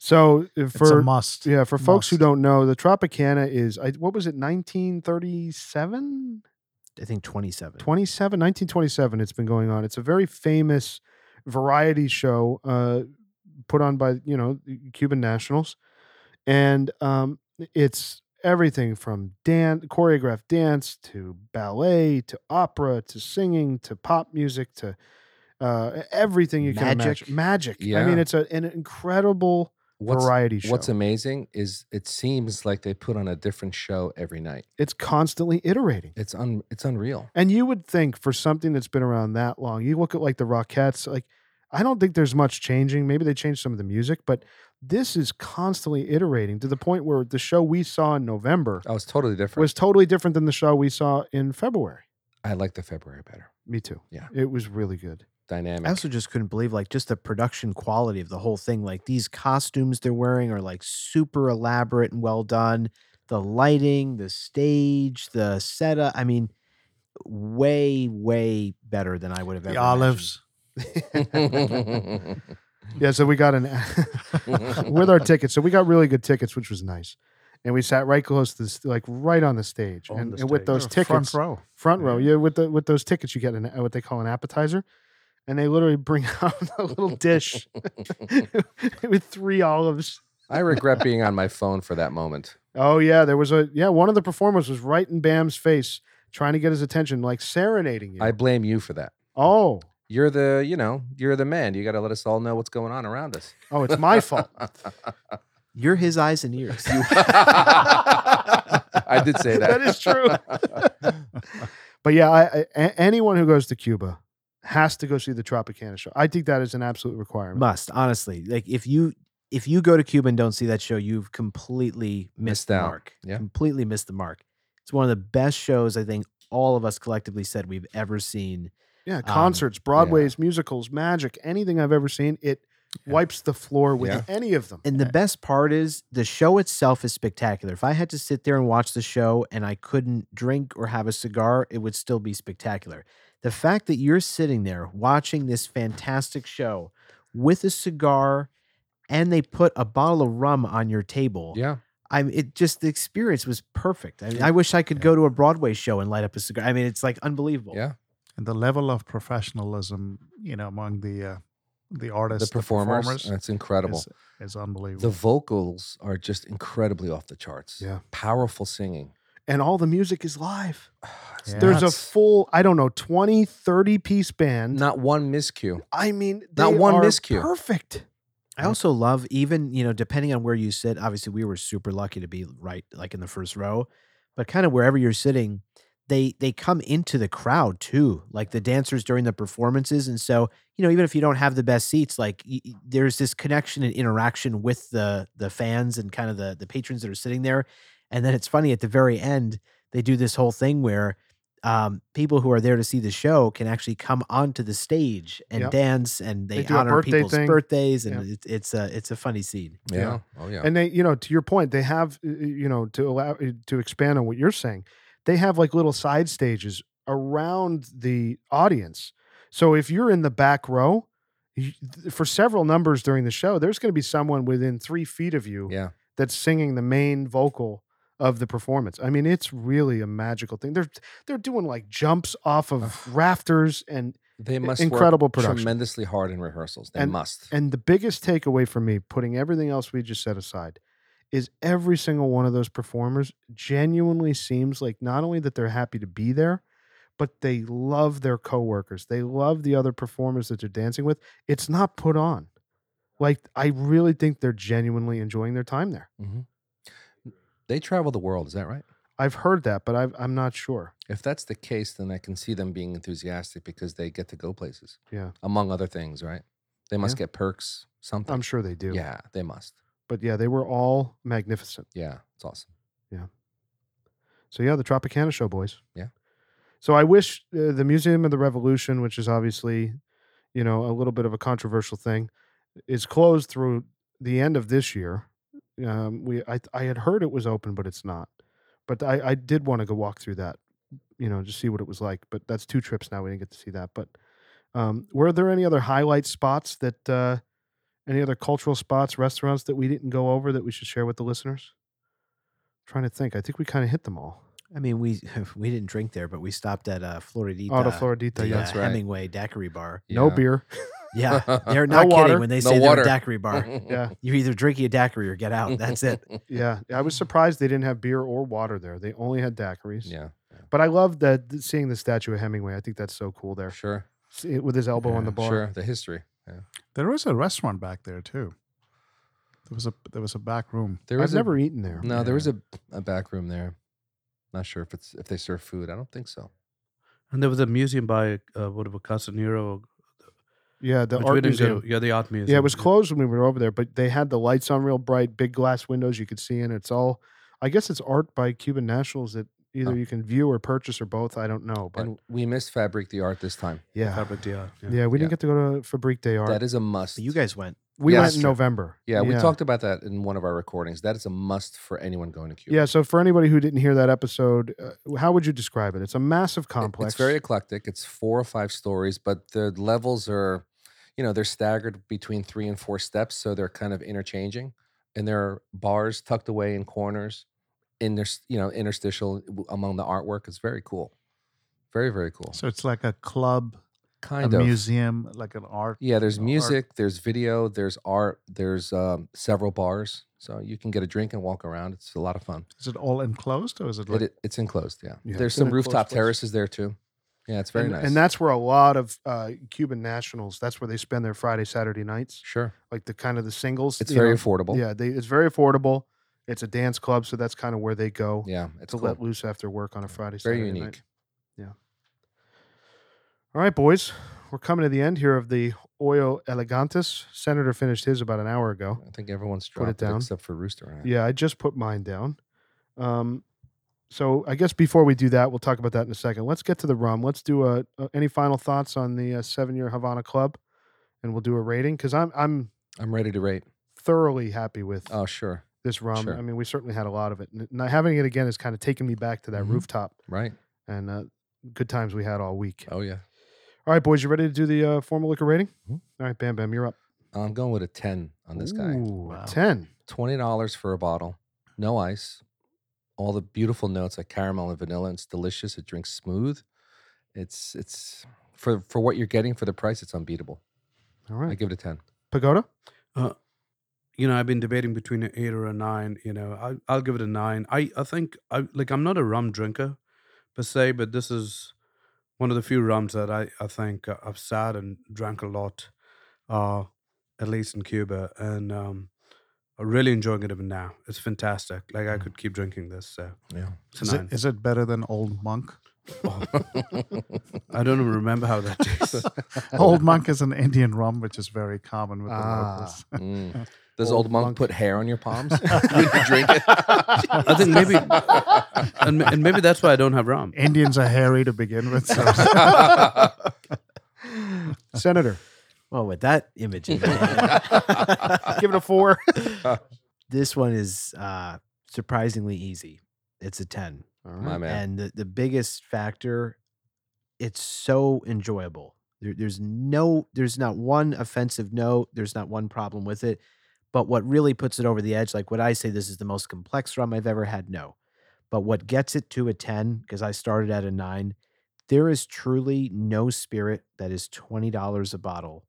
A: So uh,
F: it's a
A: for
F: must.
A: yeah, for folks who
F: must.
A: don't know, the Tropicana is I, what was it, 1937?
E: I think 27.
A: 27 1927 it's been going on it's a very famous variety show uh put on by you know cuban nationals and um it's everything from dan choreographed dance to ballet to opera to singing to pop music to uh everything you can
E: Magic.
A: imagine magic i
B: Yeah.
A: mean it's a, an incredible
B: What's,
A: variety show
B: what's amazing is it seems like they put on a different show every night.
A: it's constantly iterating
B: It's un, it's unreal.
A: And you would think for something that's been around that long, you look at like the Rockettes, like I don't think there's much changing. Maybe they changed some of the music, but this is constantly iterating to the point where the show we saw in November
B: I was Oh, totally different.
A: was totally different than the show we saw in February.
B: I like the February better.
A: Me too.
B: Yeah.
A: It was really
C: [laughs]
A: good.
B: Dynamic.
E: I also just couldn't believe like just the production quality of the whole thing. Like these costumes they're wearing are like super elaborate and well done. The lighting, the stage, the setup. I mean, way, way better than I would have ever.
F: the
E: imagined.
F: olives.
A: Yeah. So we got an [laughs]
B: [laughs]
E: [laughs]
A: with our tickets. So we got really good tickets, which was nice. And we sat right close to this, like right on the stage.
C: On
A: and,
C: the
A: and with
C: stage.
A: those
F: They're
A: tickets,
F: front row.
A: front row. Yeah, with the with those tickets, you get an, what they call an appetizer, and they literally bring [laughs] out a little dish with three olives.
B: I regret being on my phone for that moment.
A: Oh yeah, there was a yeah. One of the performers was right in Bam's face, trying to get his attention, like serenading you.
B: I blame you for that.
A: oh,
B: You're the, you know, you're the man. You got to let us all know what's going on around us.
A: oh, it's my
B: [laughs]
A: fault.
E: You're his eyes and ears.
B: I did say that.
A: That is true. But yeah, I, I, a- anyone who goes to Cuba has to go see the Tropicana show. I think that is an absolute requirement.
E: [laughs] Must honestly, like if you if you go to Cuba and don't see that show, you've completely missed
B: Missed
E: the
B: out.
E: mark.
B: Yeah.
E: completely missed the mark. It's one of the best shows I think all of us collectively said we've ever seen.
A: yeah, concerts, Broadway's, musicals, magic, anything I've ever seen, it wipes the floor with
B: Yeah.
A: any of them.
E: And the best part is the show itself is spectacular. If I had to sit there and watch the show and I couldn't drink or have a cigar, it would still be spectacular. The fact that you're sitting there watching this fantastic show with a cigar and they put a bottle of rum on your table.
B: [laughs] Yeah.
E: I mean, it just the experience was perfect. I mean, I wish I could go to a Broadway show and light up a cigar. I mean, it's like unbelievable.
B: Yeah.
F: And the level of professionalism, you know, among the uh, the artists,
B: The performers.
F: performers
A: Uh,
B: That's incredible.
F: is, is unbelievable.
B: The vocals are just incredibly off the charts.
A: Yeah.
B: Powerful singing. [sighs]
A: and all the music is live.
B: It's
F: Yeah.
A: There's a
B: nuts.
A: full, I don't know, 20, 30 piece band.
B: not one miscue.
A: I mean,
B: not
A: they
B: one
A: are
B: miscue.
A: Perfect.
E: I
A: Mm-hmm.
E: also love even, you know, depending on where you sit, obviously we were super lucky to be right like in the first row, but kind of wherever you're sitting, they they come into the crowd too, like the dancers during the performances and so, you know, even if you don't have the best seats, like y- y- there's this connection and interaction with the the fans and kind of the the patrons that are sitting there. And then it's funny at the very end, they do this whole thing where um, people who are there to see the show can actually come onto the stage and
A: Yep.
E: dance, and they,
A: They do a
E: honor
A: birthday
E: people's
A: thing.
E: birthdays,
A: Yeah.
E: and it's it's a it's a funny scene.
B: Yeah.
A: Yeah.
B: Oh yeah.
A: And they, you know, to your point, they have, uh, you know, to allow, to expand on what you're saying, they have like little side stages around the audience. So if you're in the back row, you, for several numbers during the show, there's going to be someone within three feet of you
B: yeah.
A: that's singing the main vocal of the performance. I mean, it's really a magical thing. They're they're doing like jumps off of rafters and
B: They must
A: incredible
B: work
A: production.
B: tremendously hard in rehearsals. They
A: And-
B: must.
A: and the biggest takeaway for me, putting everything else we just set aside, is every single one of those performers genuinely seems like not only that they're happy to be there, but they love their coworkers. They love the other performers that they're dancing with. It's not put on. Like I really think they're genuinely enjoying their time there.
B: Mm-hmm. They travel the world. Is that right?
A: I've heard that, but I've, I'm not sure.
B: If that's the case, then I can see them being enthusiastic because they get to go places.
A: Yeah.
B: Among other things, right? They must get perks, something.
A: I'm sure they do.
B: Yeah, they must.
A: But yeah, they were all magnificent.
B: Yeah, it's awesome.
A: So yeah, the Tropicana show, boys.
B: Yeah.
A: So I wish uh, the Museum of the Revolution, which is obviously, you know, a little bit of a controversial thing, is closed through the end of this year. Um, we I I had heard it was open, but it's not. But I I did want to go walk through that, you know, just see what it was like. But that's two trips now. We didn't get to see that. But um, were there any other highlight spots that? Uh, any other cultural spots, restaurants that we didn't go over that we should share with the listeners? trying to think. I think we kind of hit them all.
E: I mean, we [laughs] we didn't drink there, but we stopped at uh, Floridita.
A: Auto Floridita,
E: the,
A: yeah.
E: uh,
B: That's right.
E: Hemingway daiquiri bar.
A: No
B: Yeah.
A: beer. [laughs]
B: [laughs]
E: Yeah, they're not
A: water,
E: kidding when they
B: no
E: say they're
B: water.
E: a
B: [laughs]
E: daiquiri bar.
A: Yeah,
E: You're either drinking a daiquiri or get out. That's it.
A: yeah. I was surprised they didn't have beer or water there. They only had daiquiris.
B: Yeah.
A: But I love that th- seeing the statue of Hemingway. I think that's so cool there,
B: Sure.
A: See it with his elbow on the
F: Yeah,
A: bar.
B: Sure. The history. Yeah.
F: There was a restaurant back there too. There was a there was a back room.
B: There
A: I've
B: was
A: never
B: a,
A: eaten there.
B: No, there was a, a back room there. Not sure if it's if they serve food. I don't think so.
C: And there was a museum by uh, whatever Casanero.
A: Yeah, the
C: which we
A: art
C: didn't go-
A: museum.
C: Yeah, the art museum.
A: Yeah, it was closed when we were over there, but they had the lights on real bright, big glass windows you could see, and it's all. I guess it's art by Cuban nationals that either
B: Oh.
A: you can view or purchase or both. I don't know, but
B: and we missed Fabric the Art this time.
A: yeah,
C: Fabric de art. Yeah.
A: yeah, we
B: Yeah.
A: didn't get to go to Fabrique des Arts.
B: That is a must.
E: But you guys went.
A: we
B: Yeah,
A: went
B: that's
A: in
B: true.
A: November.
B: yeah, we talked about that in one of our recordings. That is a must for anyone going to Cuba.
A: Yeah, so for anybody who didn't hear that episode, uh, how would you describe it? It's a massive
B: It-
A: complex.
B: It's very eclectic. It's four or five stories, but the levels are, you know, they're staggered between three and four steps, so they're kind of interchanging. And there are bars tucked away in corners, in their, you know, interstitial w- among the artwork. It's very cool, very very cool.
F: So it's like a club,
B: kind
F: a
B: of
F: museum, like an art.
B: Yeah, there's
F: art.
B: music, there's video, there's art, there's um, several bars, so you can get a drink and walk around. It's a lot of fun.
F: Is it all enclosed or is it like?
B: It, it- it's enclosed. Yeah,
A: Yeah,
B: there's
A: it's an
B: some
A: enclosed
B: rooftop
A: place.
B: terraces there too. Yeah, it's very
A: and,
B: nice.
A: and that's where a lot of uh, Cuban nationals. That's where they spend their Friday, Saturday nights,
B: sure.
A: like the kind of the singles.
B: It's
A: you know.
B: very affordable.
A: Yeah, they, it's very affordable. It's a dance club, so that's kind of where they go
B: yeah, it's
A: to
B: cool.
A: let loose after work on a Friday,
B: very
A: Saturday
B: unique.
A: night. All right, boys, we're coming to the end here of the Oyo Elegantis. Senator finished his about an hour ago.
B: I think everyone's
A: Put it
B: dropped it
A: down.
B: except for Rooster. right?
A: Yeah, I just put mine down. Um, so I guess before we do that, we'll talk about that in a second. Let's get to the rum. Let's do a, a any final thoughts on the uh, seven year Havana Club, and we'll do a rating because I'm I'm
B: I'm ready to rate.
A: thoroughly happy with
B: Oh, sure.
A: this rum.
B: sure.
A: I mean, we certainly had a lot of it, and not having it again has kind of taken me back to that
B: Mhm.
A: rooftop
B: Right.
A: and uh, good times we had all week.
B: Oh yeah.
A: All right, boys, you ready to do the uh, formal liquor rating?
B: Mhm.
A: All right, Bam Bam, you're up.
B: I'm going with a ten on this guy.
A: Ooh,
F: Wow.
A: ten.
B: twenty dollars for a bottle, no ice, all the beautiful notes like caramel and vanilla. It's delicious. It drinks smooth. It's it's for for what you're getting for the price. It's unbeatable.
A: All
B: I
A: right,
B: give it a ten.
A: Pagoda.
C: You know, I've been debating between an eight or a nine. You know, I, I'll give it a nine. I, I think I like. I'm not a rum drinker, per se, but this is one of the few rums that I I think uh, I've sat and drank a lot, uh, at least in Cuba, and um, I'm really enjoying it even now. It's fantastic. Like I could keep drinking this. So
B: Yeah.
C: it's a
F: Mm. Is
C: nine.
F: it, is it better than
A: [laughs]
F: Old Monk?
C: I don't even remember how
F: [laughs]
C: that tastes.
F: Old Monk is an Indian rum, which is very common with the
A: Ah.
F: locals.
B: [laughs] Mm. Does
A: Old
B: old, monk,
A: monk.
B: put hair on your palms
A: [laughs]
B: when [laughs] you drink it? [laughs]
C: I think maybe,
A: [laughs]
C: and, ma- and maybe that's why I don't have
F: [laughs]
C: rum.
F: Indians are hairy to begin with. So.
A: [laughs] Senator,
E: Well, with that
B: [laughs]
E: image, in mind,
A: [laughs] give it a four.
E: this one is uh, surprisingly easy. It's a ten.
A: All
B: My
A: right.
B: man.
E: And the, the biggest factor, it's so enjoyable. There, there's no, there's not one offensive note. There's not one problem with it. But what really puts it over the edge, like what I say, this is the most complex rum I've ever had. No, but what gets it to a ten, because I started at a nine. There is truly no spirit that is twenty dollars a bottle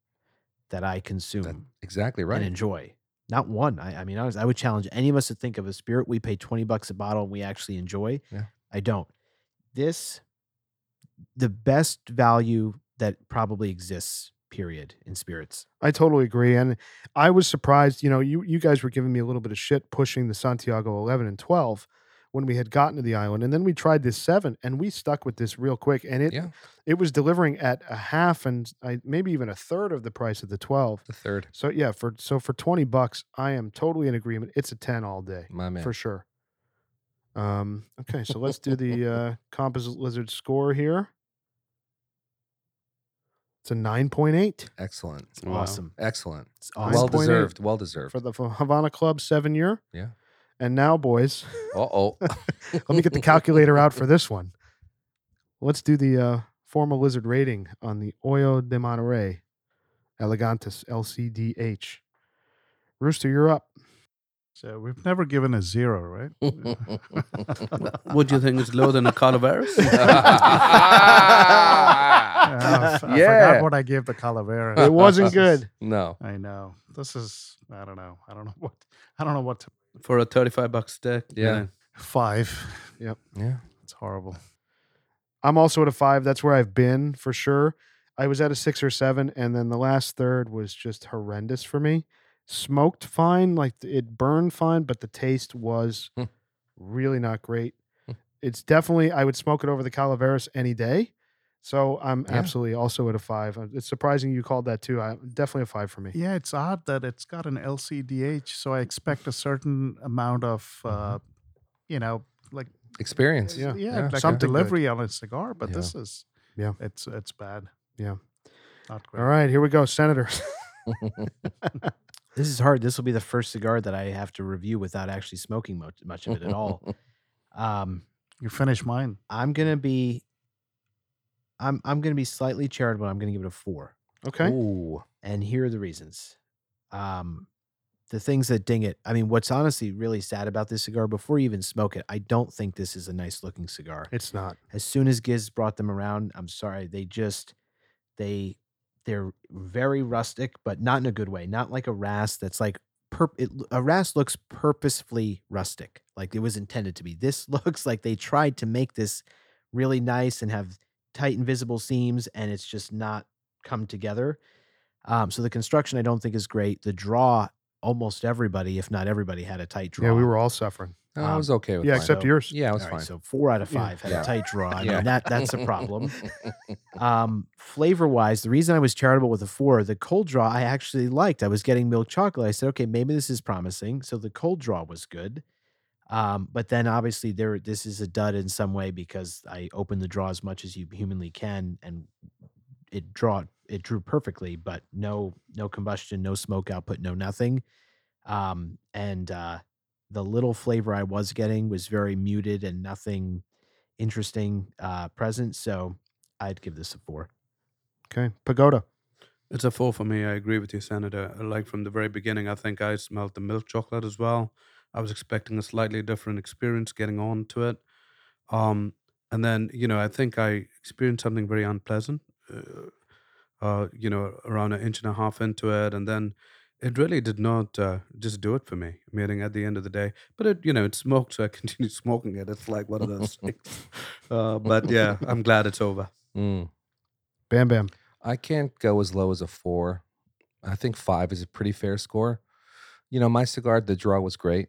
E: that I consume
B: That- exactly
E: and
B: right.
E: enjoy. Not one. I, I mean, honestly, I would challenge any of us to think of a spirit we pay 20 bucks a bottle and we actually enjoy.
B: Yeah.
E: I don't. This, the best value that probably exists period in spirits.
A: I totally agree. And I was surprised, you know, you, you guys were giving me a little bit of shit pushing the Santiago 11 and 12 when we had gotten to the island. And then we tried this seven and we stuck with this real quick. And it,
B: Yeah.
A: it was delivering at a half and I, maybe even a third of the price of the 12.
B: The third,
A: So yeah, for, so for 20 bucks, I am totally in agreement. It's a 10 all day
B: my man.
A: for sure. Um, okay. So let's
B: [laughs]
A: do the, uh, composite lizard score here. It's a 9.8.
B: Excellent.
C: Wow.
E: Awesome.
B: Excellent.
E: It's
A: Nine
E: awesome.
B: Well [laughs]
A: point eight.
B: deserved. Well deserved.
A: for the for Havana Club seven year.
B: Yeah.
A: And now, boys,
B: Uh oh.
A: let me get the calculator out for this one. Let's do the uh, former lizard rating on the Oyo de Monterey Elegantis LCDH. Rooster, you're up.
F: So we've never given a
A: [laughs]
F: zero, right?
C: Would you think it's lower than a
F: Uh, I f- I
B: Yeah.
F: forgot what I gave the Calavera.
A: [laughs]
B: [laughs]
A: It wasn't good.
B: no.
F: [laughs] I know. This is. I don't know. I don't know what. I don't know what. To,
C: for a 35 buck stick?
B: Yeah.
F: five.
B: Yeah.
F: It's horrible.
A: I'm also at a five. That's where I've been for sure. I was at a six or seven, and then the last third was just horrendous for me. Smoked fine, like it burned fine, but the taste was
B: Hmm.
A: really not great.
B: Hmm.
A: It's definitely I would smoke it over the Calaveras any day. So I'm
B: Yeah.
A: absolutely also at a five. Uh, It's surprising you called that too. I definitely a five for me.
F: Yeah, it's odd that it's got an LCDH, so I expect a certain amount of, uh, you know, like
B: Experience.
A: Mm-hmm.
B: [laughs]
A: Yeah.
F: like
A: Something
F: a delivery on a cigar. But
B: Yeah.
F: this is,
A: Yeah.
F: it's it's bad.
A: Yeah.
F: not great.
A: All right, here we go, Senator.
E: [laughs] This is hard. This will be the first cigar that I have to review without actually smoking much, much of it
B: [laughs]
E: at all. Um,
F: You finish mine.
E: I'm gonna be, I'm I'm gonna be slightly charitable. I'm gonna give it a four.
A: Okay.
B: Ooh.
E: and here are the reasons. Um, the things that ding it. I mean, what's honestly really sad about this cigar, before you even smoke it, I don't think this is a nice looking cigar.
A: It's not.
E: As soon as Giz brought them around, I'm sorry, they just they they're very rustic, but not in a good way. Not like a ras that's like perp it, l- a ras looks purposefully rustic, like it was intended to be. This [laughs] looks like they tried to make this really nice and have tight invisible seams, and it's just not come together. Um, so the construction I don't think is great. The draw, almost everybody, if not everybody, had a tight draw.
A: Yeah, we were all suffering.
B: No, I was okay with
A: Yeah,
B: mine.
A: except
E: So-
A: yours.
B: yeah, I was
E: Um,
B: fine.
E: All right, so four out of
A: Yeah.
E: five had
B: Yeah.
E: a tight draw. I
B: Yeah.
E: mean, that that's
B: [laughs]
E: a problem. Um, flavor wise, the reason I was charitable with the four, the cold draw I actually liked. I was getting milk chocolate. I said, okay, maybe this is promising. So the cold draw was good. Um, but then obviously there this is a dud in some way because I opened the draw as much as you humanly can and it draw it drew perfectly, but no no combustion, no smoke output, no nothing. Um, and uh the little flavor I was getting was very muted and nothing interesting uh present. So I'd give this a four.
A: Okay. Pagoda.
C: It's a four for me. I agree with you, Senator. Like from the very beginning, I think I smelled the milk chocolate as well. I was expecting a slightly different experience getting on to it. Um, and then, you know, I think I experienced something very unpleasant, uh, uh, you know, around an inch and a half into it. And then it really did not uh, just do it for me, meaning at the end of the day. But it, you know, it smoked, so I [laughs] continued smoking it. It's like one of
F: [laughs]
C: those things. Uh, but yeah, I'm glad it's over.
B: Mm.
A: Bam bam.
B: I can't go as low as a four. I think five is a pretty fair score. You know, my cigar, the draw was great.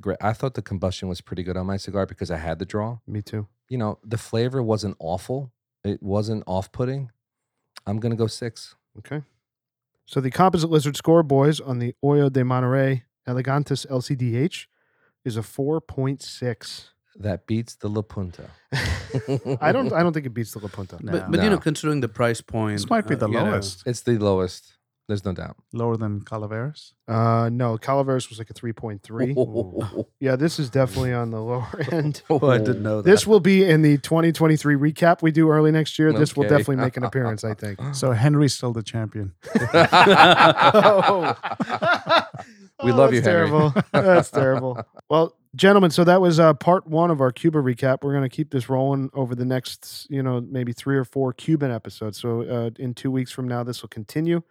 B: Great. I thought the combustion was pretty good on my cigar because I had the draw.
A: Me too.
B: You know, the flavor wasn't awful. It wasn't off-putting. I'm gonna go six.
A: Okay. So the composite lizard score, boys, on the Oyo de Monterey Elegantis LCDH is a 4.6.
B: That beats the La Punta.
A: [laughs] I don't I don't think it beats the La Punta.
F: No.
C: But, but you know,
B: No.
C: considering the price point,
F: this might be
C: uh,
F: the
C: you know,
F: lowest,
B: [laughs] It's the lowest. There's no doubt.
F: lower than Calaveras.
A: Uh no, Calaveras was like a
B: [laughs]
A: 3.3.
B: Oh.
A: yeah, this is definitely on the lower end.
C: Oh, I
B: [laughs]
C: didn't know that.
A: This will be in the 2023 recap we do early next year. This will
B: Okay.
A: definitely make an appearance, I
B: [laughs]
A: think. [laughs]
F: So Henry's still the champion.
B: We love you,
A: Oh. that's
B: Henry.
A: terrible.
B: [laughs]
A: That's terrible. Well, gentlemen, so that was uh, part one of our Cuba recap. We're going to keep this rolling over the next, you know, maybe three or four Cuban episodes. So uh, in two weeks from now, this will continue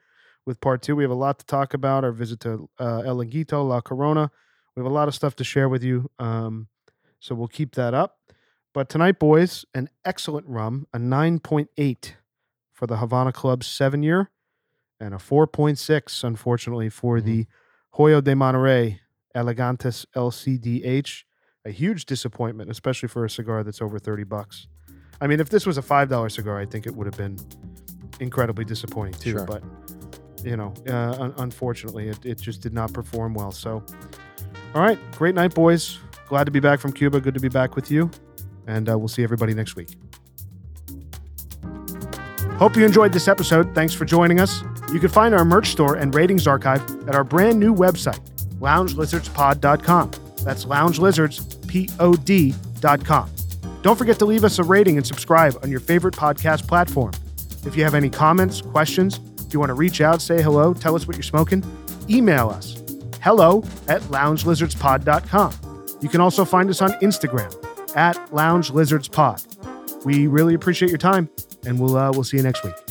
A: with part two. We have a lot to talk about. Our visit to uh, El Linguito, La Corona. We have a lot of stuff to share with you. Um, so we'll keep that up. But tonight, boys, an excellent rum, a 9.8 for the Havana Club's seven year, and a 4.6, unfortunately, for the Hoyo de Monterrey Elegantes LCDH. A huge disappointment, especially for a cigar that's over 30 bucks. I mean, if this was a $5 cigar, I think it would have been incredibly disappointing too.
B: Sure.
A: But, you know, uh, un- unfortunately, it, it just did not perform well. So, all right, great night, boys. Glad to be back from Cuba. Good to be back with you. And uh, we'll see everybody next week. Hope you enjoyed this episode. Thanks for joining us. You can find our merch store and ratings archive at our brand new website, loungelizardspod.com. That's loungelizardspod.com. Don't forget to leave us a rating and subscribe on your favorite podcast platform. If you have any comments, questions, if you want to reach out, say hello, tell us what you're smoking, email us hello at loungelizardspod.com. You can also find us on Instagram at loungelizardspod. We really appreciate your time, and we'll uh, we'll see you next week.